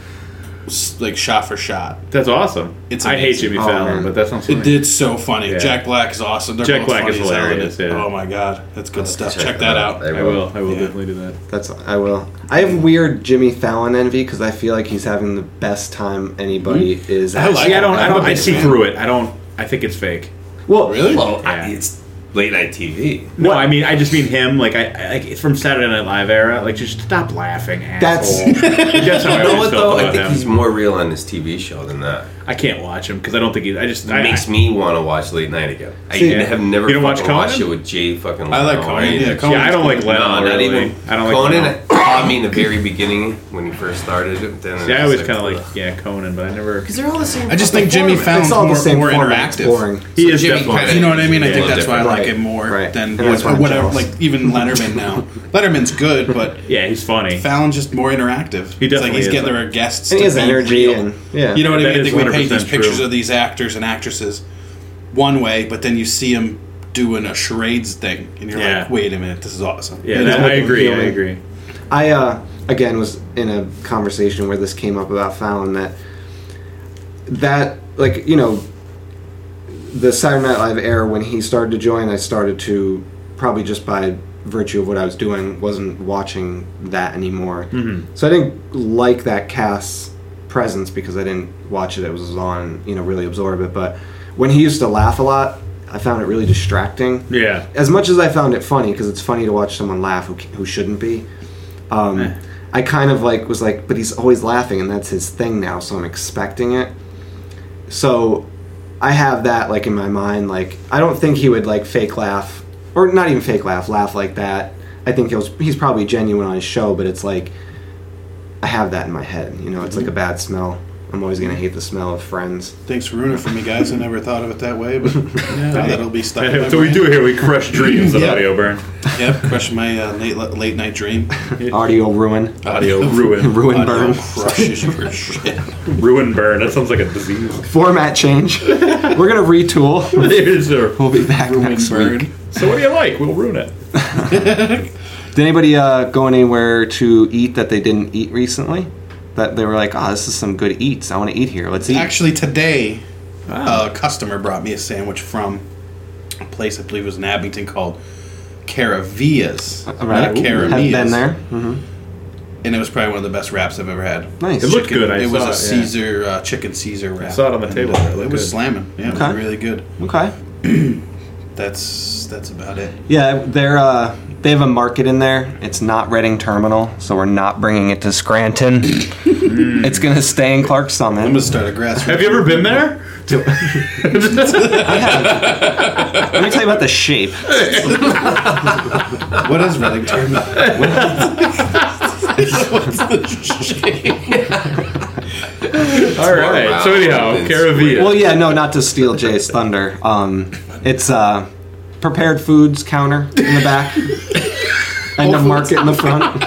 Speaker 1: s- like shot for shot.
Speaker 3: That's awesome.
Speaker 1: It's
Speaker 3: I hate
Speaker 1: amazing.
Speaker 3: Jimmy
Speaker 4: Oh,
Speaker 3: Fallon,
Speaker 4: man.
Speaker 3: but that sounds funny.
Speaker 1: It did so funny.
Speaker 3: Yeah.
Speaker 1: Jack Black is awesome. They're
Speaker 3: Jack
Speaker 1: both
Speaker 3: Black
Speaker 1: funny
Speaker 3: is
Speaker 1: as hell in
Speaker 3: hilarious,
Speaker 1: it.
Speaker 3: yeah.
Speaker 1: Oh my god, that's good stuff.
Speaker 2: check
Speaker 1: Check,
Speaker 2: that
Speaker 1: that
Speaker 2: out.
Speaker 1: out.
Speaker 2: There
Speaker 3: I
Speaker 2: we
Speaker 3: will. I will
Speaker 1: Yeah.
Speaker 3: definitely do that.
Speaker 4: That's I will. I have weird Jimmy Fallon envy because I feel like he's having the best time anybody is.
Speaker 1: I like
Speaker 3: See, I don't. I don't. I
Speaker 1: Big
Speaker 3: see
Speaker 1: fan.
Speaker 3: through it. I don't. I think it's fake.
Speaker 4: Well,
Speaker 1: Really?
Speaker 2: Well, I,
Speaker 3: Yeah.
Speaker 2: it's late night TV.
Speaker 3: No, I mean, I just mean him. Like, I, I like it's from Saturday Night Live era. Like, just stop laughing,
Speaker 4: That's-
Speaker 3: asshole. Like, that's how I
Speaker 2: You know
Speaker 3: always felt
Speaker 2: what though? I
Speaker 3: about
Speaker 2: think
Speaker 3: him.
Speaker 2: he's more real on this TV show than that.
Speaker 3: I can't watch him because I don't think he. I just
Speaker 2: It
Speaker 3: I,
Speaker 2: makes
Speaker 3: I,
Speaker 2: me want to watch late night again. I
Speaker 4: See-
Speaker 2: have never
Speaker 3: You don't watch
Speaker 2: fucking watched it
Speaker 3: Conan?
Speaker 2: with Jay fucking.
Speaker 1: I like
Speaker 2: Leno.
Speaker 1: Conan,
Speaker 2: ain't
Speaker 1: yeah,
Speaker 2: a-
Speaker 1: Conan-
Speaker 3: Yeah, I don't like Leno.
Speaker 2: No, not
Speaker 3: really.
Speaker 2: even.
Speaker 3: I don't like
Speaker 2: Conan.
Speaker 3: Leno.
Speaker 2: caught me in the very beginning when he first started. it, Then it
Speaker 3: See, I always
Speaker 2: was
Speaker 3: kind of
Speaker 2: uh,
Speaker 3: like yeah Conan, but I never.
Speaker 2: because they're all the same.
Speaker 1: I just
Speaker 2: fucking
Speaker 1: think Jimmy Fallon's
Speaker 2: format.
Speaker 4: it's all
Speaker 1: more,
Speaker 4: the same
Speaker 1: more
Speaker 4: format. It's
Speaker 1: interactive.
Speaker 4: boring.
Speaker 3: He
Speaker 2: So
Speaker 3: is
Speaker 2: Jimmy
Speaker 3: definitely.
Speaker 2: kinda-
Speaker 1: You know what I mean? I
Speaker 2: It's a
Speaker 1: think
Speaker 2: little
Speaker 1: that's why I
Speaker 4: different.
Speaker 1: like it
Speaker 4: Right.
Speaker 1: more
Speaker 4: Right.
Speaker 1: than
Speaker 4: And that's why I'm
Speaker 1: whatever.
Speaker 4: jealous.
Speaker 1: Like even Letterman now. Letterman's good, but
Speaker 3: yeah, he's funny.
Speaker 1: Fallon's just more interactive.
Speaker 3: He
Speaker 1: it's like
Speaker 3: definitely
Speaker 1: he's
Speaker 3: is.
Speaker 1: getting their guests.
Speaker 4: And
Speaker 1: to
Speaker 4: he has
Speaker 1: be
Speaker 4: energy
Speaker 1: real.
Speaker 4: and yeah.
Speaker 1: you know what
Speaker 3: That
Speaker 1: I mean? I
Speaker 3: is
Speaker 1: think we paint these
Speaker 3: 100%
Speaker 1: pictures
Speaker 3: true.
Speaker 1: of these actors and actresses one way, but then you see them doing a charades thing, and you're
Speaker 3: Yeah.
Speaker 1: like, wait a minute, this is awesome.
Speaker 3: yeah,
Speaker 4: he's
Speaker 3: that, I
Speaker 4: looking
Speaker 3: agree. I
Speaker 4: feeling.
Speaker 3: agree.
Speaker 4: I uh, again was in a conversation where this came up about Fallon that that like you know the Saturday Night Live era when he started to join, I started to probably just by virtue of what I was doing wasn't watching that anymore. Mm-hmm. So I didn't like that cast's presence because I didn't watch it. It was on you know really absorb it. But when he used to laugh a lot, I found it really distracting
Speaker 3: Yeah,
Speaker 4: as much as I found it funny because it's funny to watch someone laugh who, c- who shouldn't be. Um, I kind of like was like, but he's always laughing, and that's his thing now, so I'm expecting it. So I have that like in my mind. Like I don't think he would like fake laugh or not even fake laugh, laugh like that. I think he'll he's probably genuine on his show, but it's like I have that in my head. You know, it's like a bad smell. I'm always gonna hate the smell of Friends.
Speaker 1: Thanks for ruining it for me, guys. I never thought of it that way, but yeah, now that'll be stuck. in my
Speaker 3: that's what we
Speaker 1: brain.
Speaker 3: do here. We crush dreams of
Speaker 1: Yeah.
Speaker 3: audio burn,
Speaker 1: Yep, crush my uh, late late night dream.
Speaker 4: Audio ruin,
Speaker 3: audio ruin,
Speaker 4: ruin
Speaker 1: Audio
Speaker 4: burn.
Speaker 1: crushes your shit.
Speaker 3: ruin burn. That sounds like a disease.
Speaker 4: Format change. We're gonna retool.
Speaker 3: There's a-
Speaker 4: We'll be back next week.
Speaker 1: burn.
Speaker 3: so what do you like? We'll ruin it.
Speaker 4: Did anybody uh, go anywhere to eat that they didn't eat recently? That they were like, oh, this is some good eats. I want to eat here. Let's eat.
Speaker 1: Actually, today, a customer brought me a sandwich from a place I believe it was in Abington called Caravias.
Speaker 4: All
Speaker 3: uh,
Speaker 4: right.
Speaker 1: Not Caramias.
Speaker 4: Have been there. hmm
Speaker 1: And it was probably one of the best wraps I've ever had.
Speaker 4: Nice.
Speaker 3: It looked
Speaker 1: Chicken-
Speaker 3: good. I
Speaker 1: it
Speaker 3: saw
Speaker 1: was
Speaker 3: it,
Speaker 1: a
Speaker 3: yeah.
Speaker 1: Caesar uh, chicken Caesar wrap.
Speaker 3: saw it on the table. It
Speaker 1: Uh,
Speaker 3: looked
Speaker 1: it was
Speaker 3: good.
Speaker 1: slamming. Yeah, it
Speaker 4: Okay.
Speaker 1: was really good.
Speaker 4: Okay.
Speaker 1: That's that's about it.
Speaker 4: Yeah, they're uh, they have a market in there. It's not Reading Terminal, so we're not bringing it to Scranton. it's gonna stay in Clark
Speaker 1: I'm
Speaker 4: Summit.
Speaker 1: gonna start a grass.
Speaker 3: Have you ever been there?
Speaker 4: Let me tell you about the shape.
Speaker 1: What is running term? What's the
Speaker 3: All
Speaker 2: more
Speaker 3: right. So
Speaker 2: round
Speaker 3: anyhow,
Speaker 2: than
Speaker 3: Caravia.
Speaker 4: Well, yeah, no, not to steal Jay's thunder. Um, it's uh, prepared foods counter in the back, and the
Speaker 3: Oh,
Speaker 4: market in the front.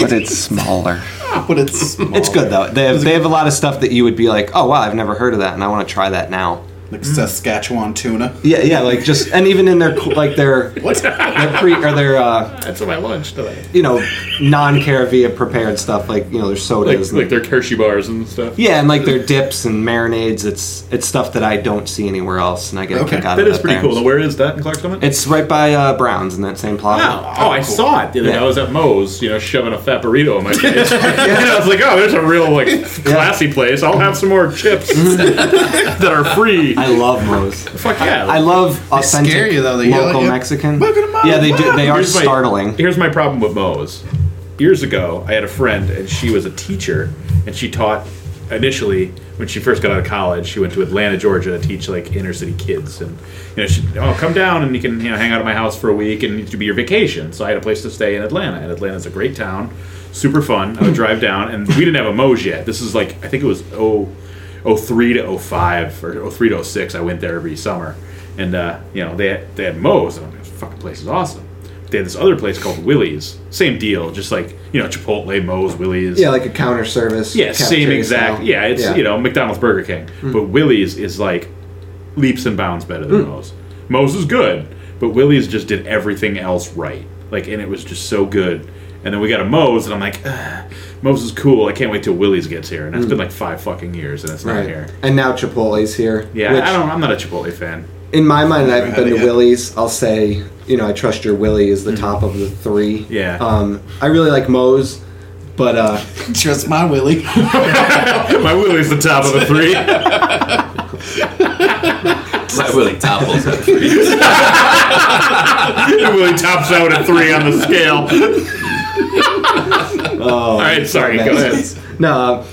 Speaker 4: but it's smaller.
Speaker 1: But it's small.
Speaker 4: It's good though. They have, they have a lot of stuff that you would be like, oh wow, I've never heard of that, and I want to try that now.
Speaker 1: Like Saskatchewan tuna.
Speaker 4: Yeah, yeah, like just and even in their co- like their
Speaker 1: What?
Speaker 4: their pre or their uh,
Speaker 3: That's my lunch today.
Speaker 4: you know non Caravia prepared stuff like you know their
Speaker 3: Like
Speaker 4: sodas. and-
Speaker 3: like their Kershey bars and stuff.
Speaker 4: yeah, and like their dips and marinades. It's it's stuff that I don't see anywhere else, and I get a
Speaker 1: Okay,
Speaker 4: kick out
Speaker 3: That
Speaker 4: of
Speaker 3: is pretty
Speaker 4: there.
Speaker 3: cool. Now, where is that in Clark Summit?
Speaker 4: It's right by uh, Browns in that same plaza.
Speaker 3: Wow. Oh, I saw it the other day.
Speaker 4: Yeah.
Speaker 3: I was at Moe's, you know, shoving a fat burrito in my face. And I was like, oh, there's a real, like, classy place. I'll have some more chips that are free.
Speaker 4: I love Moe's.
Speaker 3: Fuck yeah.
Speaker 4: I love authentic
Speaker 1: scare you, though. They yell at
Speaker 4: local
Speaker 1: you.
Speaker 4: Mexican.
Speaker 1: Welcome to Moe's.
Speaker 4: yeah, they do. They are
Speaker 3: Here's my-
Speaker 4: startling.
Speaker 3: Here's my problem with Moe's. Years ago, I had a friend, and she was a teacher, and she taught initially when she first got out of college. She went to Atlanta, Georgia, to teach like inner city kids, and you know, she oh come down and you can you know hang out at my house for a week, and it would be your vacation. So I had a place to stay in Atlanta, and Atlanta's a great town, super fun. I would drive down, and we didn't have a Moe's yet. This is like I think it was oh. 03 to 05 or 03 to 06 i went there every summer and uh, you know they had, they had moe's and i'm like this fucking place is awesome they had this other place called willie's same deal just like you know chipotle moe's willie's
Speaker 4: Yeah, like a counter service.
Speaker 3: yeah same
Speaker 4: cafeteria
Speaker 3: exact
Speaker 4: style. Hmm.
Speaker 3: yeah it's you know mcdonald's burger king but willie's is like leaps and bounds better than moe's moe's is good But Willie's just did everything else right. Like, and it was just so good. And then we got a Moe's, and I'm like, ah, Moe's is cool. I can't wait till Willie's gets here. And
Speaker 4: Hmm.
Speaker 3: it's been like five fucking years, and it's not here.
Speaker 4: And now Chipotle's here.
Speaker 3: Yeah,
Speaker 4: which
Speaker 3: I don't. I'm not a Chipotle fan.
Speaker 4: in my mind, I haven't
Speaker 1: had
Speaker 4: been
Speaker 1: it
Speaker 4: to
Speaker 1: yet.
Speaker 4: Willie's. I'll say, you know, I trust your Willie is the top of the three.
Speaker 3: Mm. Yeah.
Speaker 4: Um, I really like Moe's, but uh,
Speaker 1: Trust my Willie.
Speaker 3: My Willie's the top of the three.
Speaker 2: My Willie topples at three.
Speaker 3: Willie tops out at three on the scale. All right, sorry. Go ahead.
Speaker 4: no, uh,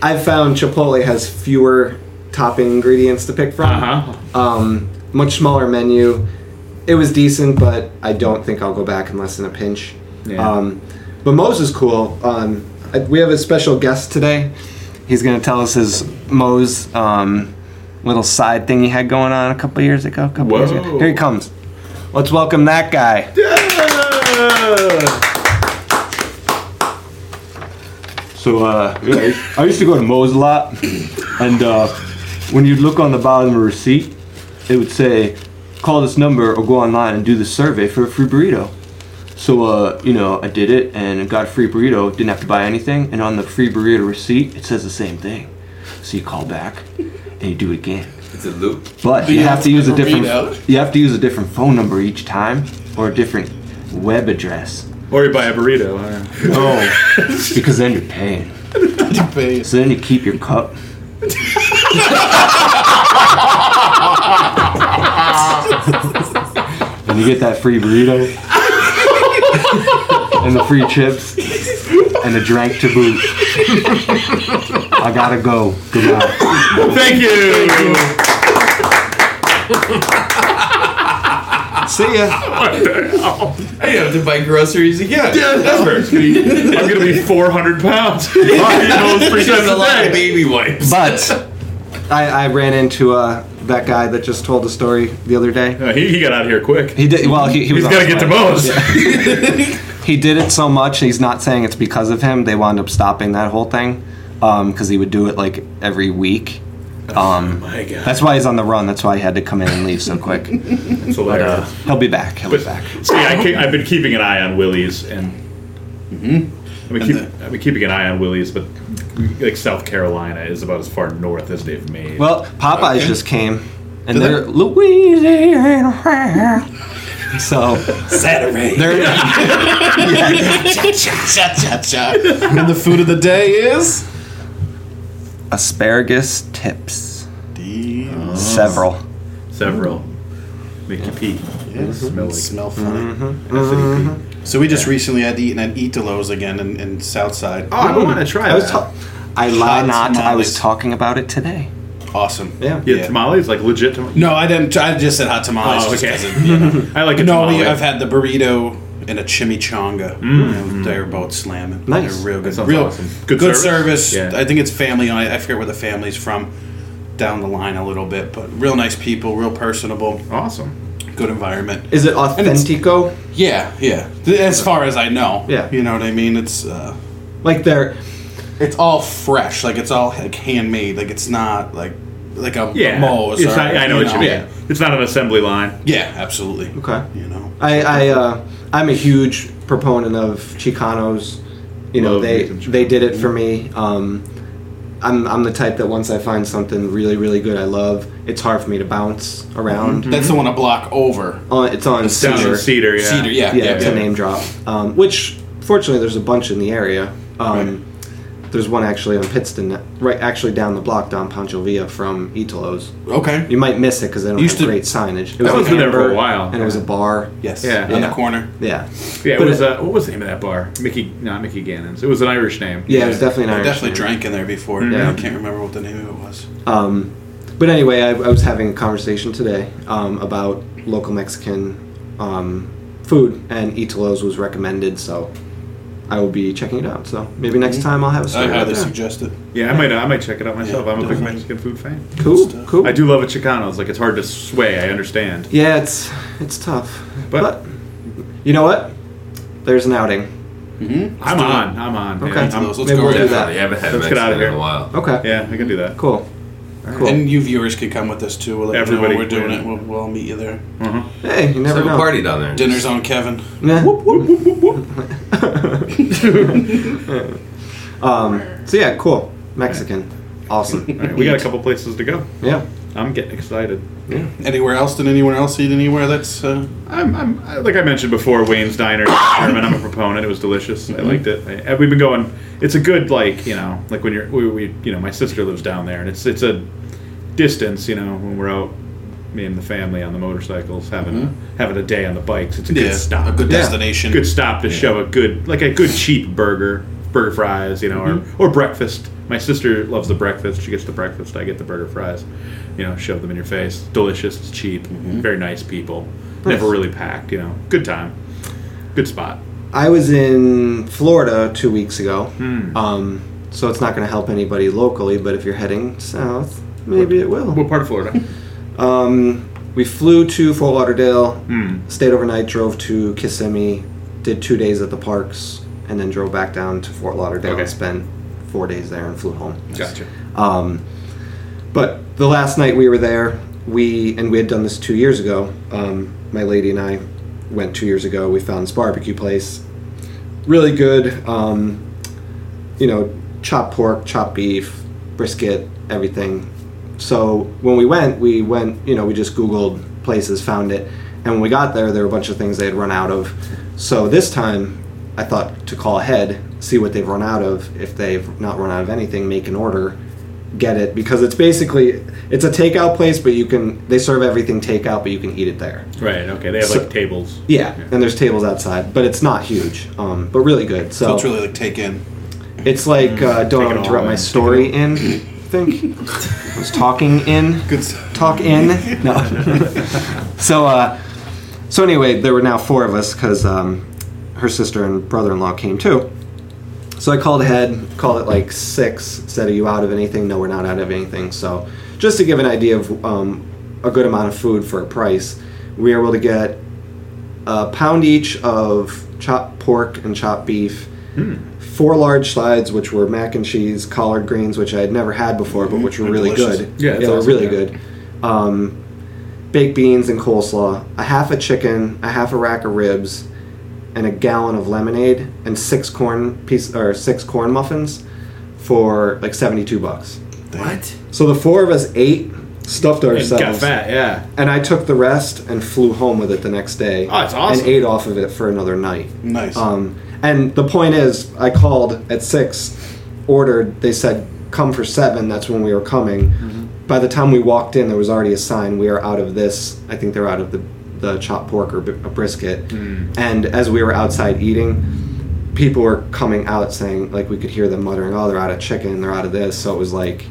Speaker 4: I've found Chipotle has fewer topping ingredients to pick from.
Speaker 3: Uh huh.
Speaker 4: Um, much smaller menu. It was decent, but I don't think I'll go back unless in a pinch.
Speaker 3: Yeah.
Speaker 4: Um, but Moe's is cool. Um, I, we have a special guest today. He's going to tell us his Moe's um, little side thing he had going on a couple years ago. Couple years ago.
Speaker 3: Whoa.
Speaker 4: Here he comes. Let's welcome that guy. So uh, I used to go to Moe's a lot, and uh, when you'd look on the bottom of a receipt, it would say, "Call this number or go online and do the survey for a free burrito." So uh, you know, I did it and I got a free burrito. Didn't have to buy anything, and on the free burrito receipt, it says the same thing. So you call back and you do it again,
Speaker 2: It's a loop.
Speaker 4: but you, have, to use a different
Speaker 1: burrito.
Speaker 4: you have to use a different phone number each time or a different web address.
Speaker 3: Or you buy a burrito.
Speaker 4: Oh, because then you're paying. So then you keep your cup. and you get that free burrito. and the free chips. And the drink to boot. I gotta go. Goodbye.
Speaker 3: Thank you.
Speaker 4: See ya.
Speaker 2: I don't have to buy groceries again.
Speaker 3: Yeah, never. I'm gonna be 400 pounds. I eat those three times
Speaker 2: There's a lot
Speaker 3: a day.
Speaker 2: of baby wipes.
Speaker 4: But I, I ran into uh, that guy that just told the story the other day.
Speaker 3: No, he, he got out of here quick.
Speaker 4: He did well. He, he was
Speaker 3: He's
Speaker 4: on
Speaker 3: gotta get to
Speaker 4: fire.
Speaker 3: Moe's.
Speaker 4: he did it so much he's not saying it's because of him they wound up stopping that whole thing because he would do it like every week um,
Speaker 3: My God,
Speaker 4: that's why he's on the run that's why he had to come in and leave so quick
Speaker 3: that's hilarious.
Speaker 4: he'll be back he'll be uh, back
Speaker 3: See, I keep, I've been keeping an eye on Willie's, and I've, been keep, I've been keeping an eye on Willie's, but like South Carolina is about as far north as they've made.
Speaker 4: well popeyes just came and
Speaker 1: Did
Speaker 4: they're
Speaker 1: they?
Speaker 4: louisiana so
Speaker 1: Saturday.
Speaker 4: they're
Speaker 1: and the food of the day is
Speaker 4: asparagus tips several
Speaker 3: several. Make you pee. Smell like
Speaker 1: Smell funny.
Speaker 3: Mm. acidy pee.
Speaker 4: uh-huh.
Speaker 1: So we just recently had to eat at Itolos again in, in Southside.
Speaker 3: Oh, I want to try
Speaker 4: i was ta-
Speaker 3: that.
Speaker 4: i lie
Speaker 1: Hot
Speaker 4: not i was
Speaker 1: tamales.
Speaker 4: talking about it today
Speaker 1: Awesome.
Speaker 4: yeah
Speaker 3: yeah,
Speaker 1: yeah.
Speaker 3: tamales like legit. Tam-
Speaker 1: No, I didn't. I just said hot tamales.
Speaker 3: Oh,
Speaker 1: just
Speaker 3: okay.
Speaker 1: 'cause it, you know.
Speaker 3: I like a
Speaker 1: no,
Speaker 3: tamale.
Speaker 1: we- I've had the burrito and a chimichanga. And They're both slamming.
Speaker 4: Nice.
Speaker 1: They're real good.
Speaker 3: sounds
Speaker 1: Real
Speaker 3: awesome.
Speaker 1: Mm-hmm. good,
Speaker 3: Good
Speaker 1: service.
Speaker 3: service? Yeah.
Speaker 1: I think it's family. owned. I, I forget where the family's from. Down the line a little bit, but real nice people, real personable,
Speaker 3: awesome.
Speaker 1: good environment.
Speaker 4: is it authentico
Speaker 1: Yeah, yeah. Th- As far as I know.
Speaker 4: Yeah.
Speaker 1: You know what I mean? It's uh,
Speaker 4: like they're
Speaker 1: it's all fresh. Like it's all like handmade. Like it's not like like a
Speaker 3: Yeah,
Speaker 1: Moe's
Speaker 3: It's
Speaker 1: or,
Speaker 3: not, I know what you mean.
Speaker 1: Yeah.
Speaker 3: It's not an assembly line.
Speaker 1: Yeah, absolutely.
Speaker 4: okay
Speaker 1: You know.
Speaker 3: Mm-hmm.
Speaker 4: I, I uh, I'm a huge proponent of Chicanos. You know,
Speaker 3: Love
Speaker 4: they
Speaker 3: me some Chicanos.
Speaker 4: they did it for me. Um, I'm I'm the type that once I find something really really good I love, it's hard for me to bounce around.
Speaker 1: That's the one a block over.
Speaker 4: On, it's on
Speaker 3: Mm-hmm. Down in
Speaker 4: Cedar.
Speaker 3: Cedar, yeah.
Speaker 1: Cedar, yeah,
Speaker 4: Yeah, it's a name drop. Um, which fortunately there's a bunch in the area. Um, There's one actually on Pittston, right actually down the block down Pancho Villa from Itolos.
Speaker 1: Okay.
Speaker 4: You might miss it because they don't
Speaker 1: Used
Speaker 4: have
Speaker 1: to-
Speaker 4: great signage. It
Speaker 3: That
Speaker 4: a
Speaker 3: was there for a
Speaker 4: hamburger,
Speaker 3: while.
Speaker 4: and it was a bar.
Speaker 1: Yes.
Speaker 3: Yeah.
Speaker 1: On the
Speaker 4: Yeah.
Speaker 1: corner.
Speaker 4: Yeah,
Speaker 3: Yeah, it
Speaker 4: But
Speaker 3: was.
Speaker 4: it-
Speaker 3: uh, what was the name of that bar? Mickey, not Mickey Gannon's. It was an Irish name.
Speaker 4: yeah, it was definitely an
Speaker 1: I
Speaker 4: Irish.
Speaker 1: definitely
Speaker 4: name.
Speaker 1: drank in there before.
Speaker 3: Mm-hmm.
Speaker 4: Yeah.
Speaker 1: I can't remember what the name of it was.
Speaker 4: Um, but anyway, I, I was having a conversation today um, about local Mexican um, food, and Itolos was recommended, so I will be checking it out. So maybe next
Speaker 1: Mm-hmm.
Speaker 4: time I'll have a
Speaker 1: I
Speaker 4: story. about
Speaker 1: highly
Speaker 4: that.
Speaker 1: suggest it.
Speaker 3: Yeah, I might I might check it out myself.
Speaker 1: Yeah,
Speaker 3: I'm a big
Speaker 1: definitely.
Speaker 3: Mexican food fan.
Speaker 4: Cool, cool.
Speaker 3: I do love a Chicano's. Like it's hard to sway. I understand.
Speaker 4: Yeah, it's it's tough, but,
Speaker 3: But-
Speaker 4: you know what? There's an outing.
Speaker 3: I'm on. I'm on.
Speaker 4: Okay.
Speaker 3: Yeah, I'm-
Speaker 1: Those. Let's
Speaker 4: Maybe
Speaker 1: go
Speaker 4: we'll
Speaker 1: right
Speaker 4: do
Speaker 1: now.
Speaker 4: that.
Speaker 2: Definitely haven't
Speaker 3: Let's
Speaker 2: had
Speaker 3: get
Speaker 2: Mexican
Speaker 3: out of here.
Speaker 2: in a while.
Speaker 4: Okay.
Speaker 3: yeah, I can do that.
Speaker 4: Cool. Cool.
Speaker 1: And you viewers could come with us too. We'll let
Speaker 3: Everybody
Speaker 1: you know when we're doing
Speaker 3: can.
Speaker 1: it. We'll, we'll all meet you there.
Speaker 4: Hey, you never
Speaker 2: Let's have
Speaker 4: know.
Speaker 2: a party down there.
Speaker 1: Dinner's on Kevin.
Speaker 4: Yeah.
Speaker 3: Whoop, whoop, whoop, whoop.
Speaker 4: Um, so yeah, cool. Mexican, awesome.
Speaker 3: All right, we got a couple places to go.
Speaker 4: Yeah.
Speaker 3: I'm getting excited.
Speaker 4: Yeah.
Speaker 1: Anywhere else? Did anyone else eat anywhere? That's uh,
Speaker 3: I'm, I'm I- like I mentioned before, Wayne's Diner in Sherman. I'm a proponent. It was delicious. I liked it. I, and we've been going. It's a good like you know like when you're we, we you know my sister lives down there and it's it's a distance you know when we're out me and the family on the motorcycles having a having a day on the bikes. It's a good stop.
Speaker 1: a good
Speaker 4: Yeah.
Speaker 1: destination.
Speaker 3: good stop to show a good like a good cheap burger burger fries you know or, or breakfast my sister loves the breakfast she gets the breakfast i get the burger fries you know shove them in your face delicious it's cheap very Mm-hmm. nice people never really packed you know good time good spot
Speaker 4: I was in Florida two weeks ago,
Speaker 3: Hmm.
Speaker 4: um, so it's not going to help anybody locally. But if you're heading south, maybe it will.
Speaker 3: what part of florida
Speaker 4: Um, we flew to Fort Lauderdale,
Speaker 3: Hmm.
Speaker 4: stayed overnight, drove to Kissimmee, did two days at the parks, and then drove back down to Fort Lauderdale
Speaker 3: Okay.
Speaker 4: and spent four days there and flew home.
Speaker 3: gotcha
Speaker 4: Um, but the last night we were there, we and we had done this two years ago. Um, my lady and I went two years ago. We found this barbecue place, really good. Um, you know, chopped pork, chopped beef, brisket, everything. So when we went, we went. You know, we just Googled places, found it, and when we got there, there were a bunch of things they had run out of. So this time, I thought to call ahead, see what they've run out of. If they've not run out of anything, make an order, get it because it's basically it's a takeout place, but you can they serve everything takeout, but you can eat it there.
Speaker 3: right okay they have
Speaker 4: So-
Speaker 3: like tables
Speaker 4: Yeah, and there's tables outside, but it's not huge, um, but really good. So,
Speaker 1: So it's really like take in.
Speaker 4: it's like uh,
Speaker 3: Take
Speaker 4: don't
Speaker 3: it all
Speaker 4: interrupt my
Speaker 3: in.
Speaker 4: story in. I think I was talking in
Speaker 1: Good stuff.
Speaker 4: talk in. No. so, uh, so anyway, there were now four of us because um, her sister and brother-in-law came too. So I called ahead, called it like six. Said, "Are you out of anything?" No, we're not out of anything. So, just to give an idea of um, a good amount of food for a price, we were able to get a pound each of chopped pork and chopped beef. Four large sides, which were mac and cheese, collard greens, which I had never had before, but which were
Speaker 1: They're
Speaker 4: really
Speaker 1: delicious.
Speaker 4: good.
Speaker 3: Yeah, it's
Speaker 4: they were
Speaker 3: awesome,
Speaker 4: really
Speaker 3: yeah.
Speaker 4: good um, baked beans and coleslaw, a half a chicken, a half a rack of ribs, and a gallon of lemonade, and six corn piece or six corn muffins for like seventy two bucks.
Speaker 2: What?
Speaker 4: So the four of us ate, stuffed
Speaker 3: and got
Speaker 4: ourselves,
Speaker 3: fat yeah
Speaker 4: and I took the rest and flew home with it the next day.
Speaker 3: Oh, that's awesome.
Speaker 4: And ate off of it for another night.
Speaker 1: Nice.
Speaker 4: Um, and the point is, I called at six, ordered. They said come for seven. That's when we were coming.
Speaker 3: Mm-hmm.
Speaker 4: By the time we walked in, there was already a sign. We are out of this. I think they're out of the the chopped pork or b- a brisket.
Speaker 3: Mm.
Speaker 4: And as we were outside eating, people were coming out saying like we could hear them muttering, "Oh, they're out of chicken. They're out of this." So it was like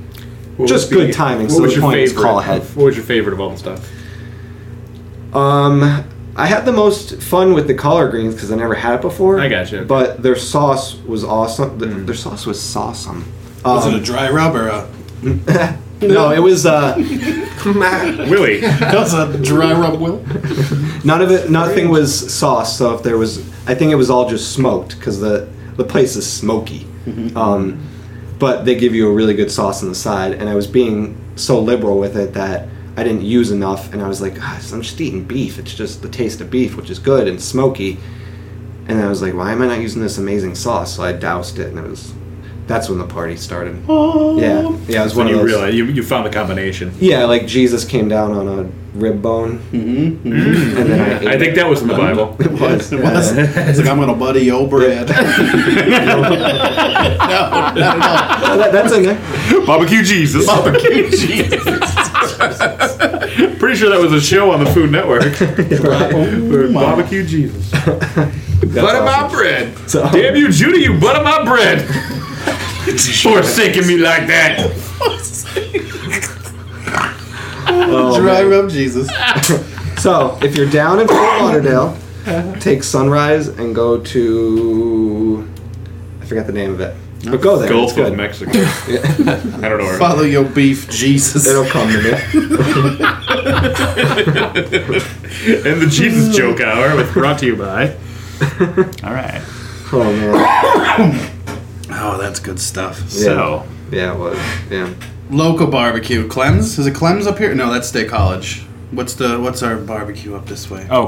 Speaker 3: What
Speaker 4: Just
Speaker 3: was the-
Speaker 4: good timing,
Speaker 3: what
Speaker 4: so
Speaker 3: was
Speaker 4: the
Speaker 3: your
Speaker 4: point is
Speaker 3: favorite
Speaker 4: call ahead.
Speaker 3: of- what was your favorite of all the stuff
Speaker 4: Um, I had the most fun with the collard greens because I never had it before.
Speaker 3: I gotcha.
Speaker 4: But their sauce was awesome. Th- Their sauce was saucesome.
Speaker 1: Was it
Speaker 4: Um,
Speaker 1: a dry rub or a?
Speaker 4: no, it was uh,
Speaker 3: willie
Speaker 1: That's a dry rub, Will.
Speaker 4: none of it. Nothing was sauce. So if there was, I think it was all just smoked because the the place is smoky. Um, but they give you a really good sauce on the side, and I was being so liberal with it that I didn't use enough, and I was like, "Ah, I'm just eating beef. It's just the taste of beef, which is good and smoky. And I was like, why am I not using this amazing sauce? So I doused it, and it was. That's when the party started. Yeah, yeah, it was one
Speaker 3: when
Speaker 4: of
Speaker 3: you
Speaker 4: those.
Speaker 3: realize you, you found the combination
Speaker 4: Yeah, like Jesus came down on a rib bone, and then I. Ate
Speaker 3: Mm-hmm. i think
Speaker 4: it.
Speaker 3: that was in the bible
Speaker 4: It was.
Speaker 1: It
Speaker 4: yeah.
Speaker 1: was. It's like I'm gonna buddy your bread. no, not at all.
Speaker 4: Oh, that- that's in there.
Speaker 3: Barbecue Jesus. Barbecue Jesus. Pretty sure that was a show on the Food Network. Or Barbecue Jesus.
Speaker 2: Butter my bread.
Speaker 4: So,
Speaker 3: Damn you, Judy, you butter my bread. Forsaking me like that.
Speaker 1: dry rub Jesus.
Speaker 4: so if you're down in Fort Lauderdale, take Sunrise and go to. I forget the name of it, but go there. it's
Speaker 3: Gulf
Speaker 4: good.
Speaker 3: of Mexico. I don't know. Where.
Speaker 1: Follow your beef, Jesus.
Speaker 4: It'll come to me.
Speaker 3: And the Jesus Joke Hour was brought to you by. All right.
Speaker 4: Oh man.
Speaker 1: Oh, that's good stuff.
Speaker 4: Yeah.
Speaker 3: So,
Speaker 4: Yeah, it was. Yeah.
Speaker 1: Local barbecue. Clem's? Is it Clem's up here? No, that's State College. What's the what's our barbecue up this way?
Speaker 3: Oh,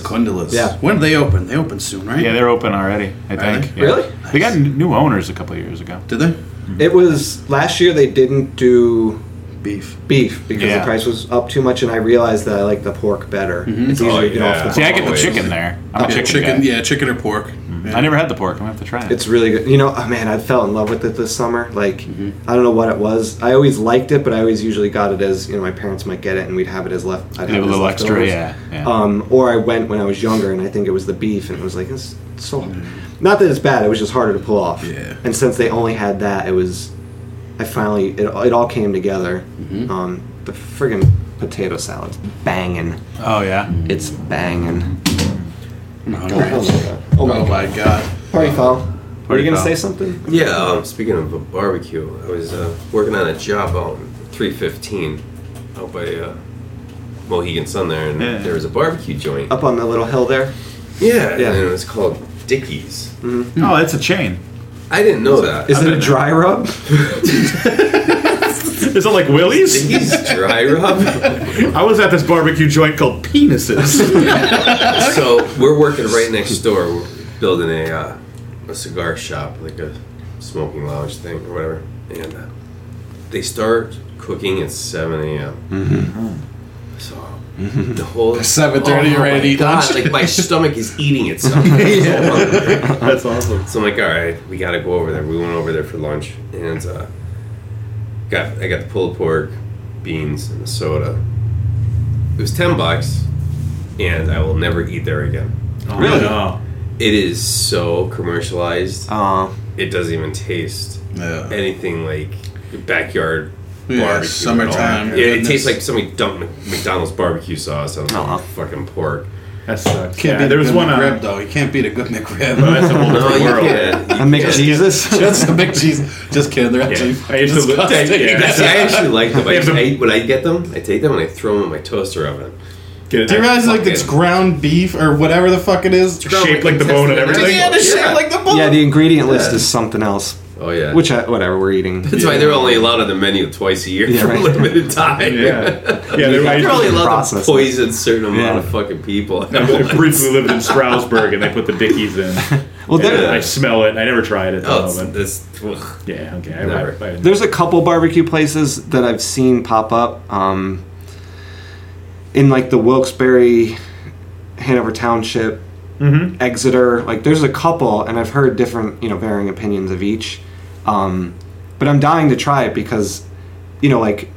Speaker 4: Kundalas.
Speaker 1: Condolas.
Speaker 4: Yeah.
Speaker 1: When do they open? They open soon, right?
Speaker 3: Yeah, they're open already. I
Speaker 1: Are
Speaker 3: think.
Speaker 1: they?
Speaker 3: Yeah.
Speaker 4: Really?
Speaker 3: They got n- new owners a couple of years ago.
Speaker 1: Did they?
Speaker 4: It was last year they didn't do
Speaker 1: Beef.
Speaker 4: beef because
Speaker 3: Yeah.
Speaker 4: the price was up too much, and I realized that I like the pork better.
Speaker 3: Mm-hmm.
Speaker 4: It's easier
Speaker 2: Oh,
Speaker 4: to get
Speaker 2: yeah.
Speaker 4: off the
Speaker 3: See, I
Speaker 4: pork.
Speaker 3: get the
Speaker 2: Always.
Speaker 3: chicken there. I'm a
Speaker 1: Yeah,
Speaker 3: chicken,
Speaker 1: chicken
Speaker 3: guy. Mm-hmm.
Speaker 1: yeah, chicken or pork. Yeah.
Speaker 3: I never had the pork. I'm gonna have to try it.
Speaker 4: It's really good. You know, oh man, I fell in love with it this summer. Like,
Speaker 3: Mm-hmm.
Speaker 4: I don't know what it was. I always liked it, but I always usually got it as you know my parents might get it, and we'd have it as left. I'd
Speaker 3: You have a
Speaker 4: it as
Speaker 3: little extra,
Speaker 4: leftovers.
Speaker 3: yeah, yeah.
Speaker 4: Um, or I went when I was younger, and I think it was the beef, and it was like it's so.
Speaker 3: Mm-hmm.
Speaker 4: Not that it's bad. It was just harder to pull off.
Speaker 1: Yeah.
Speaker 4: And since they only had that, it was. I finally it, it all came together.
Speaker 3: Mm-hmm.
Speaker 4: Um, the friggin' potato salad's banging.
Speaker 3: oh yeah.
Speaker 4: It's banging.
Speaker 1: I'm
Speaker 4: Oh, hell
Speaker 1: hungry.
Speaker 4: yeah. oh my
Speaker 1: Oh
Speaker 4: god!
Speaker 1: my god.
Speaker 4: Party foul. Were
Speaker 3: Party
Speaker 4: you gonna
Speaker 3: foul.
Speaker 4: say something?
Speaker 2: Yeah, um, speaking of a barbecue, I was uh, working on a job out in 315 out by uh, Mohegan Sun there, and
Speaker 3: Yeah.
Speaker 2: there was a barbecue joint.
Speaker 4: Up on the little hill there.
Speaker 2: Yeah,
Speaker 4: Oh. Yeah.
Speaker 2: and it was called Dickie's.
Speaker 3: Oh, that's a chain.
Speaker 2: I didn't know that.
Speaker 4: Is it a dry rub?
Speaker 3: Is it like Willie's?
Speaker 2: Dickie's dry rub?
Speaker 3: I was at this barbecue joint called Penises.
Speaker 2: so we're working right next door. We're building a uh, a cigar shop, like a smoking lounge thing or whatever. And uh, they start cooking at seven a.m.
Speaker 1: Mm-hmm.
Speaker 2: So the whole
Speaker 1: 7:30, you're
Speaker 2: my
Speaker 1: ready to eat
Speaker 2: God,
Speaker 1: lunch?
Speaker 2: Like my stomach is eating itself. yeah.
Speaker 3: that's awesome.
Speaker 2: So I'm like, all right, we gotta go over there. We went over there for lunch, and uh, got I got the pulled pork, beans, and a soda. It was ten bucks, and I will never eat there again.
Speaker 4: Really?
Speaker 3: Oh.
Speaker 2: It is so commercialized.
Speaker 4: Aw.
Speaker 2: It doesn't even taste
Speaker 1: Yeah.
Speaker 2: anything like backyard
Speaker 1: Yeah,
Speaker 2: barbecue. at all.
Speaker 1: summertime
Speaker 2: Yeah, it
Speaker 1: goodness.
Speaker 2: tastes like somebody dumped Mc- McDonald's barbecue sauce on some
Speaker 4: Aw.
Speaker 2: fucking pork.
Speaker 3: That sucks.
Speaker 1: Can't
Speaker 3: Yeah,
Speaker 1: beat
Speaker 3: there
Speaker 1: a
Speaker 3: was
Speaker 1: good
Speaker 3: one.
Speaker 1: McRib
Speaker 3: Uh,
Speaker 1: though. You can't beat a good McRib.
Speaker 3: oh, that's a whole
Speaker 2: No,
Speaker 3: different
Speaker 2: you
Speaker 3: world.
Speaker 2: can't. You
Speaker 4: I make
Speaker 2: can't.
Speaker 4: Jesus.
Speaker 1: That's a big cheese. Just kidding. They're actually
Speaker 3: Yeah. I used to look-
Speaker 1: disgusting.
Speaker 3: Yeah.
Speaker 2: See, I actually like them. I,
Speaker 3: Yeah, but-
Speaker 2: I, when I get them, I take them and I throw them in my toaster oven.
Speaker 3: Get it.
Speaker 1: Do you realize like it's
Speaker 2: Fucking-
Speaker 1: ground beef or whatever the fuck it is?
Speaker 3: shaped like the bone and
Speaker 2: Just-
Speaker 3: everything?
Speaker 1: Yeah, the shape
Speaker 2: Yeah.
Speaker 1: like the bone.
Speaker 4: Yeah, the ingredient list is something else.
Speaker 2: Oh yeah.
Speaker 4: Which, I, whatever, we're eating.
Speaker 2: that's why they're only allowed on the menu twice a year
Speaker 4: Yeah,
Speaker 2: for
Speaker 4: right.
Speaker 2: a limited time.
Speaker 3: Yeah. Yeah. They were, I
Speaker 2: They're
Speaker 3: used
Speaker 2: only
Speaker 3: to-
Speaker 2: allowed
Speaker 4: Process.
Speaker 2: to poison certain amount of
Speaker 4: Yeah.
Speaker 2: fucking people.
Speaker 3: I briefly lived in Stroudsburg and they put the Dickies in.
Speaker 4: Well, there,
Speaker 3: I smell it. I never tried it
Speaker 2: Oh,
Speaker 3: though.
Speaker 2: it's,
Speaker 3: but
Speaker 2: that's, ugh.
Speaker 3: yeah, okay. I,
Speaker 2: Never.
Speaker 3: I, I,
Speaker 4: there's a couple barbecue places that I've seen pop up um, in like the Wilkes-Barre, Hanover Township,
Speaker 3: Mm-hmm.
Speaker 4: Exeter. Like, there's a couple, and I've heard different, you know, varying opinions of each. Um, but I'm dying to try it because, you know, like.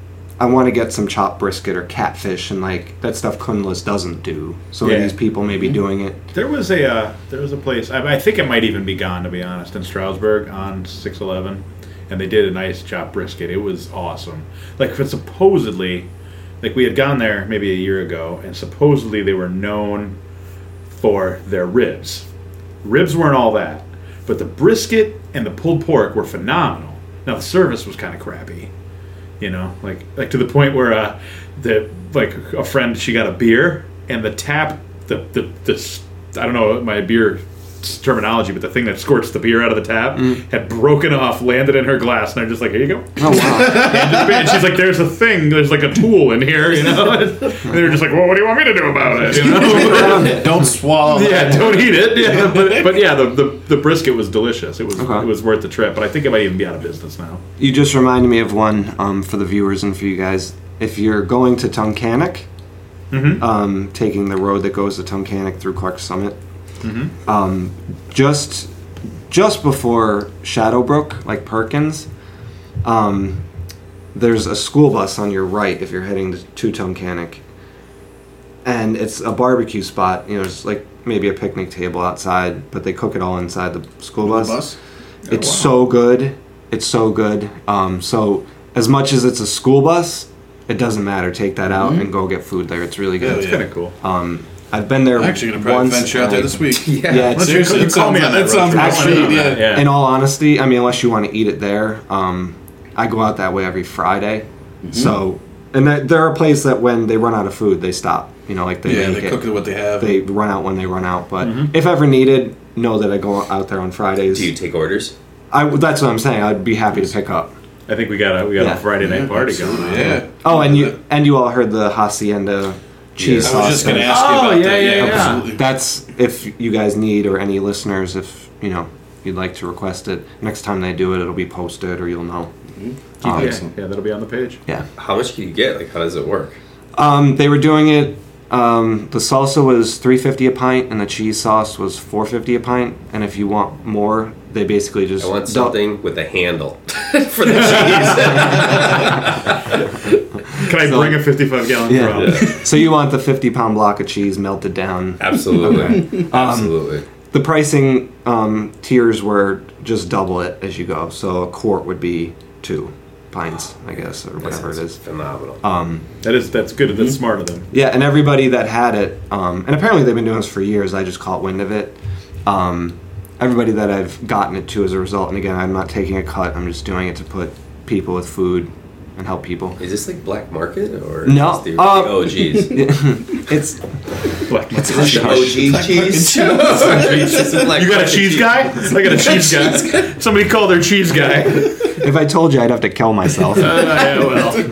Speaker 4: I want to get some chopped brisket or catfish, and like that stuff Kundla's doesn't do. So are
Speaker 3: Yeah. Mm-hmm.
Speaker 4: these people may be doing it.
Speaker 3: There was a uh, there was a place I, I think it might even be gone to be honest in Stroudsburg on six eleven, and they did a nice chopped brisket. It was awesome. Like but supposedly, like we had gone there maybe a year ago, and supposedly they were known for their ribs. Ribs weren't all that, but the brisket and the pulled pork were phenomenal. Now the service was kind of crappy, you know, like like to the point where uh, the like a friend she got a beer and the tap the the this I don't know my beer terminology, but the thing that squirts the beer out of the tap had broken off, landed in her glass, and they're just like, here you go.
Speaker 4: Mm. Oh wow!
Speaker 3: And she's like, "There's a thing. There's like a tool in here, you know." And they're just like, "Well, what do you want me to do about it?" You know?
Speaker 1: Don't swallow.
Speaker 3: yeah, don't eat it. Yeah, but, but yeah, the, the the brisket was delicious. It was
Speaker 4: Okay.
Speaker 3: it was worth the trip. But I think it might even be out of business now.
Speaker 4: You just reminded me of one um, for the viewers and for you guys. If you're going to Tunkhannock,
Speaker 1: Mm-hmm.
Speaker 4: um, taking the road that goes to Tunkhannock through Clark Summit,
Speaker 1: Mm-hmm.
Speaker 4: um, just just before Shadowbrook, like Perkins, um, there's a school bus on your right if you're heading to Tunkhannock, and it's a barbecue spot. You know, it's like maybe a picnic table outside, but they cook it all inside the school
Speaker 1: The
Speaker 4: bus.
Speaker 1: bus. Oh,
Speaker 4: It's so good. It's so good. Um, so as much as it's a school bus, it doesn't matter. Take that out
Speaker 1: Mm-hmm.
Speaker 4: and go get food there. It's really
Speaker 1: Hell
Speaker 4: good.
Speaker 1: yeah.
Speaker 3: Kind of cool.
Speaker 4: Um, I've been there.
Speaker 1: I'm actually gonna probably
Speaker 4: once,
Speaker 1: venture out
Speaker 4: and
Speaker 1: there
Speaker 4: I-
Speaker 1: this week.
Speaker 2: yeah.
Speaker 4: Yeah, it's-
Speaker 1: Seriously,
Speaker 3: You
Speaker 1: it
Speaker 3: call
Speaker 1: sounds
Speaker 3: me
Speaker 1: like-
Speaker 3: on that
Speaker 1: that
Speaker 3: road
Speaker 1: sounds
Speaker 3: trip.
Speaker 1: like
Speaker 4: Actually,
Speaker 1: sweet,
Speaker 3: yeah.
Speaker 1: yeah.
Speaker 4: In all honesty, I mean, unless you want to eat it there, um, I go out that way every Friday.
Speaker 1: Mm-hmm.
Speaker 4: So, and there, there are places that when they run out of food, they stop. You know, like they
Speaker 1: Yeah,
Speaker 4: make
Speaker 1: they
Speaker 4: it.
Speaker 1: cook Mm-hmm. what they have.
Speaker 4: They run out when they run out. But if ever needed, know that I go out there on Fridays.
Speaker 2: Do you take orders?
Speaker 4: I, that's what I'm saying. I'd be happy to pick up.
Speaker 3: I think we got a we got
Speaker 4: Yeah.
Speaker 3: a Friday night party going on.
Speaker 1: Yeah.
Speaker 4: Oh, and you and you all heard the hacienda cheese
Speaker 1: I
Speaker 4: sauce.
Speaker 1: was just going to ask
Speaker 3: Oh,
Speaker 1: you about
Speaker 3: yeah,
Speaker 1: that.
Speaker 3: yeah, yeah.
Speaker 1: absolutely.
Speaker 4: That's if you guys need or any listeners, if you know you'd like to request it. Next time they do it, it'll be posted or you'll know.
Speaker 1: Mm-hmm.
Speaker 4: Um,
Speaker 3: Yeah, yeah, that'll be on the page.
Speaker 4: yeah.
Speaker 2: How much can you get? Like, how does it work?
Speaker 4: Um, they were doing it. Um, the salsa was three fifty a pint, and the cheese sauce was four fifty a pint. And if you want more, they basically just
Speaker 2: I want
Speaker 4: dou-
Speaker 2: something with a handle for the
Speaker 3: Can I bring a 55 gallon
Speaker 4: Yeah.
Speaker 3: drum?
Speaker 2: cheese.
Speaker 4: So you want the fifty pound block of cheese melted down.
Speaker 2: Absolutely.
Speaker 4: Um,
Speaker 2: Absolutely.
Speaker 4: The pricing um, tiers were just double it as you go. So a quart would be two pints, I guess, or whatever it
Speaker 2: That's
Speaker 4: is. Um,
Speaker 2: phenomenal.
Speaker 3: That is that's good. That's smart of them.
Speaker 4: Yeah, and everybody that had it, um, and apparently they've been doing this for years. I just caught wind of it. Um, everybody that I've gotten it to as a result, and again, I'm not taking a cut. I'm just doing it to put people with food and help people.
Speaker 2: is this like black market or
Speaker 4: No,
Speaker 2: Is this the,
Speaker 4: uh,
Speaker 2: the OGs?
Speaker 4: It's
Speaker 3: Black market.
Speaker 2: Is this the OG cheese? This is black
Speaker 3: You got a
Speaker 2: market
Speaker 3: cheese guy? I got a cheese guy. Somebody call their cheese guy. Uh,
Speaker 4: if I told you, I'd have to kill myself.
Speaker 3: yeah, well,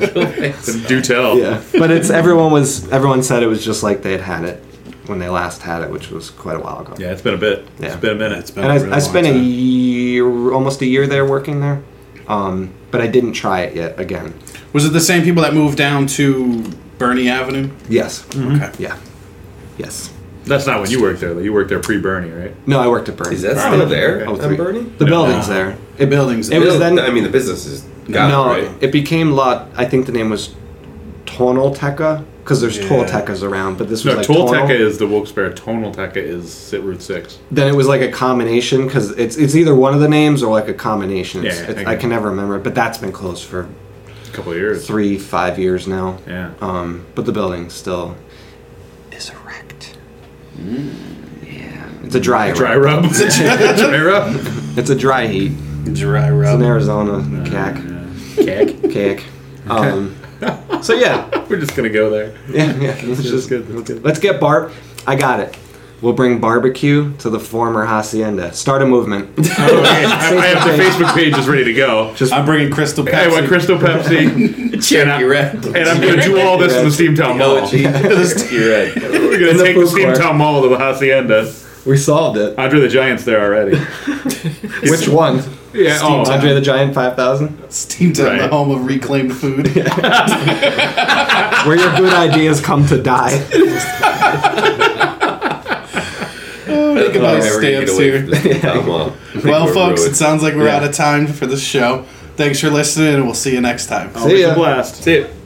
Speaker 3: do tell.
Speaker 4: yeah, but it's everyone was everyone said it was just like they had had it when they last had it, which was quite a while ago.
Speaker 3: Yeah, it's been a bit.
Speaker 4: Yeah.
Speaker 3: It's been a minute.
Speaker 1: It's been
Speaker 4: and
Speaker 1: a
Speaker 4: I,
Speaker 1: really
Speaker 4: I spent
Speaker 1: long
Speaker 4: a
Speaker 1: time.
Speaker 4: year, almost a year there working there, um, but I didn't try it yet again.
Speaker 1: Was it the same people that moved down to Bernie Avenue?
Speaker 4: Yes.
Speaker 1: Okay.
Speaker 4: Mm-hmm. Yeah. Yes.
Speaker 3: That's not when you worked there though. You worked there pre Bernie, right?
Speaker 4: No, I worked at Bernie.
Speaker 2: Is that still there?
Speaker 4: Oh,
Speaker 2: on
Speaker 4: three.
Speaker 2: Bernie?
Speaker 4: the building's there?
Speaker 1: The buildings.
Speaker 4: It was
Speaker 2: Bill-
Speaker 4: then-
Speaker 2: I mean, the business is gone,
Speaker 4: no,
Speaker 2: right?
Speaker 4: it became lot. I think the name was Tonalteca because there's
Speaker 1: Yeah.
Speaker 4: Toltecas around, but this was
Speaker 3: No,
Speaker 4: like
Speaker 3: Tolteca
Speaker 4: Tonal.
Speaker 3: is the Wilkes-Barre. Tonalteca is Sit Route Six.
Speaker 4: then it was like a combination because it's it's either one of the names or like a combination. It's-
Speaker 3: Yeah,
Speaker 4: it's-
Speaker 3: okay.
Speaker 4: I can never remember, it, but that's been closed for
Speaker 3: A couple of years.
Speaker 4: three five years now.
Speaker 3: Yeah.
Speaker 4: Um, but the building still is erect. Mm, Yeah, it's a dry,
Speaker 3: Dry
Speaker 4: erect.
Speaker 3: rub. Dry rub.
Speaker 4: It's a dry heat.
Speaker 1: Dry
Speaker 4: It's
Speaker 1: rub.
Speaker 4: an Arizona cack
Speaker 3: Cake.
Speaker 4: cake. Um, so yeah,
Speaker 3: We're just gonna go there.
Speaker 4: yeah, yeah. It's
Speaker 3: That's
Speaker 4: just
Speaker 3: good. That's good.
Speaker 4: Let's get barb. I got it. We'll bring barbecue to the former hacienda. Start a movement.
Speaker 3: Oh, okay. I, I have the Facebook page is ready to go.
Speaker 1: I'm bringing Crystal Pepsi.
Speaker 3: I want Crystal Pepsi. and, I,
Speaker 2: You're right.
Speaker 3: and I'm going to do all this in the Steamtown
Speaker 2: No,
Speaker 3: Mall.
Speaker 2: it's- You're right.
Speaker 3: We're going
Speaker 4: In
Speaker 3: to
Speaker 4: the
Speaker 3: take the
Speaker 4: food court.
Speaker 3: Steamtown Mall to the Hacienda.
Speaker 4: We solved it.
Speaker 3: Andre the Giant's there already.
Speaker 4: Which one?
Speaker 3: Yeah, oh,
Speaker 1: Steamtown.
Speaker 4: Andre the Giant 5000?
Speaker 1: Steamed up the
Speaker 3: Right.
Speaker 1: home of reclaimed food.
Speaker 4: Where your good ideas come to die.
Speaker 1: Think about
Speaker 2: Never gonna get
Speaker 1: stamps
Speaker 2: away
Speaker 1: here.
Speaker 2: from this Tom Wall. I think
Speaker 1: Well,
Speaker 2: we're
Speaker 1: folks,
Speaker 2: ruined.
Speaker 1: it sounds like we're out of time for the show. Thanks for listening, and we'll see you next time.
Speaker 4: See
Speaker 3: it's
Speaker 4: ya.
Speaker 3: a blast.
Speaker 2: That's it.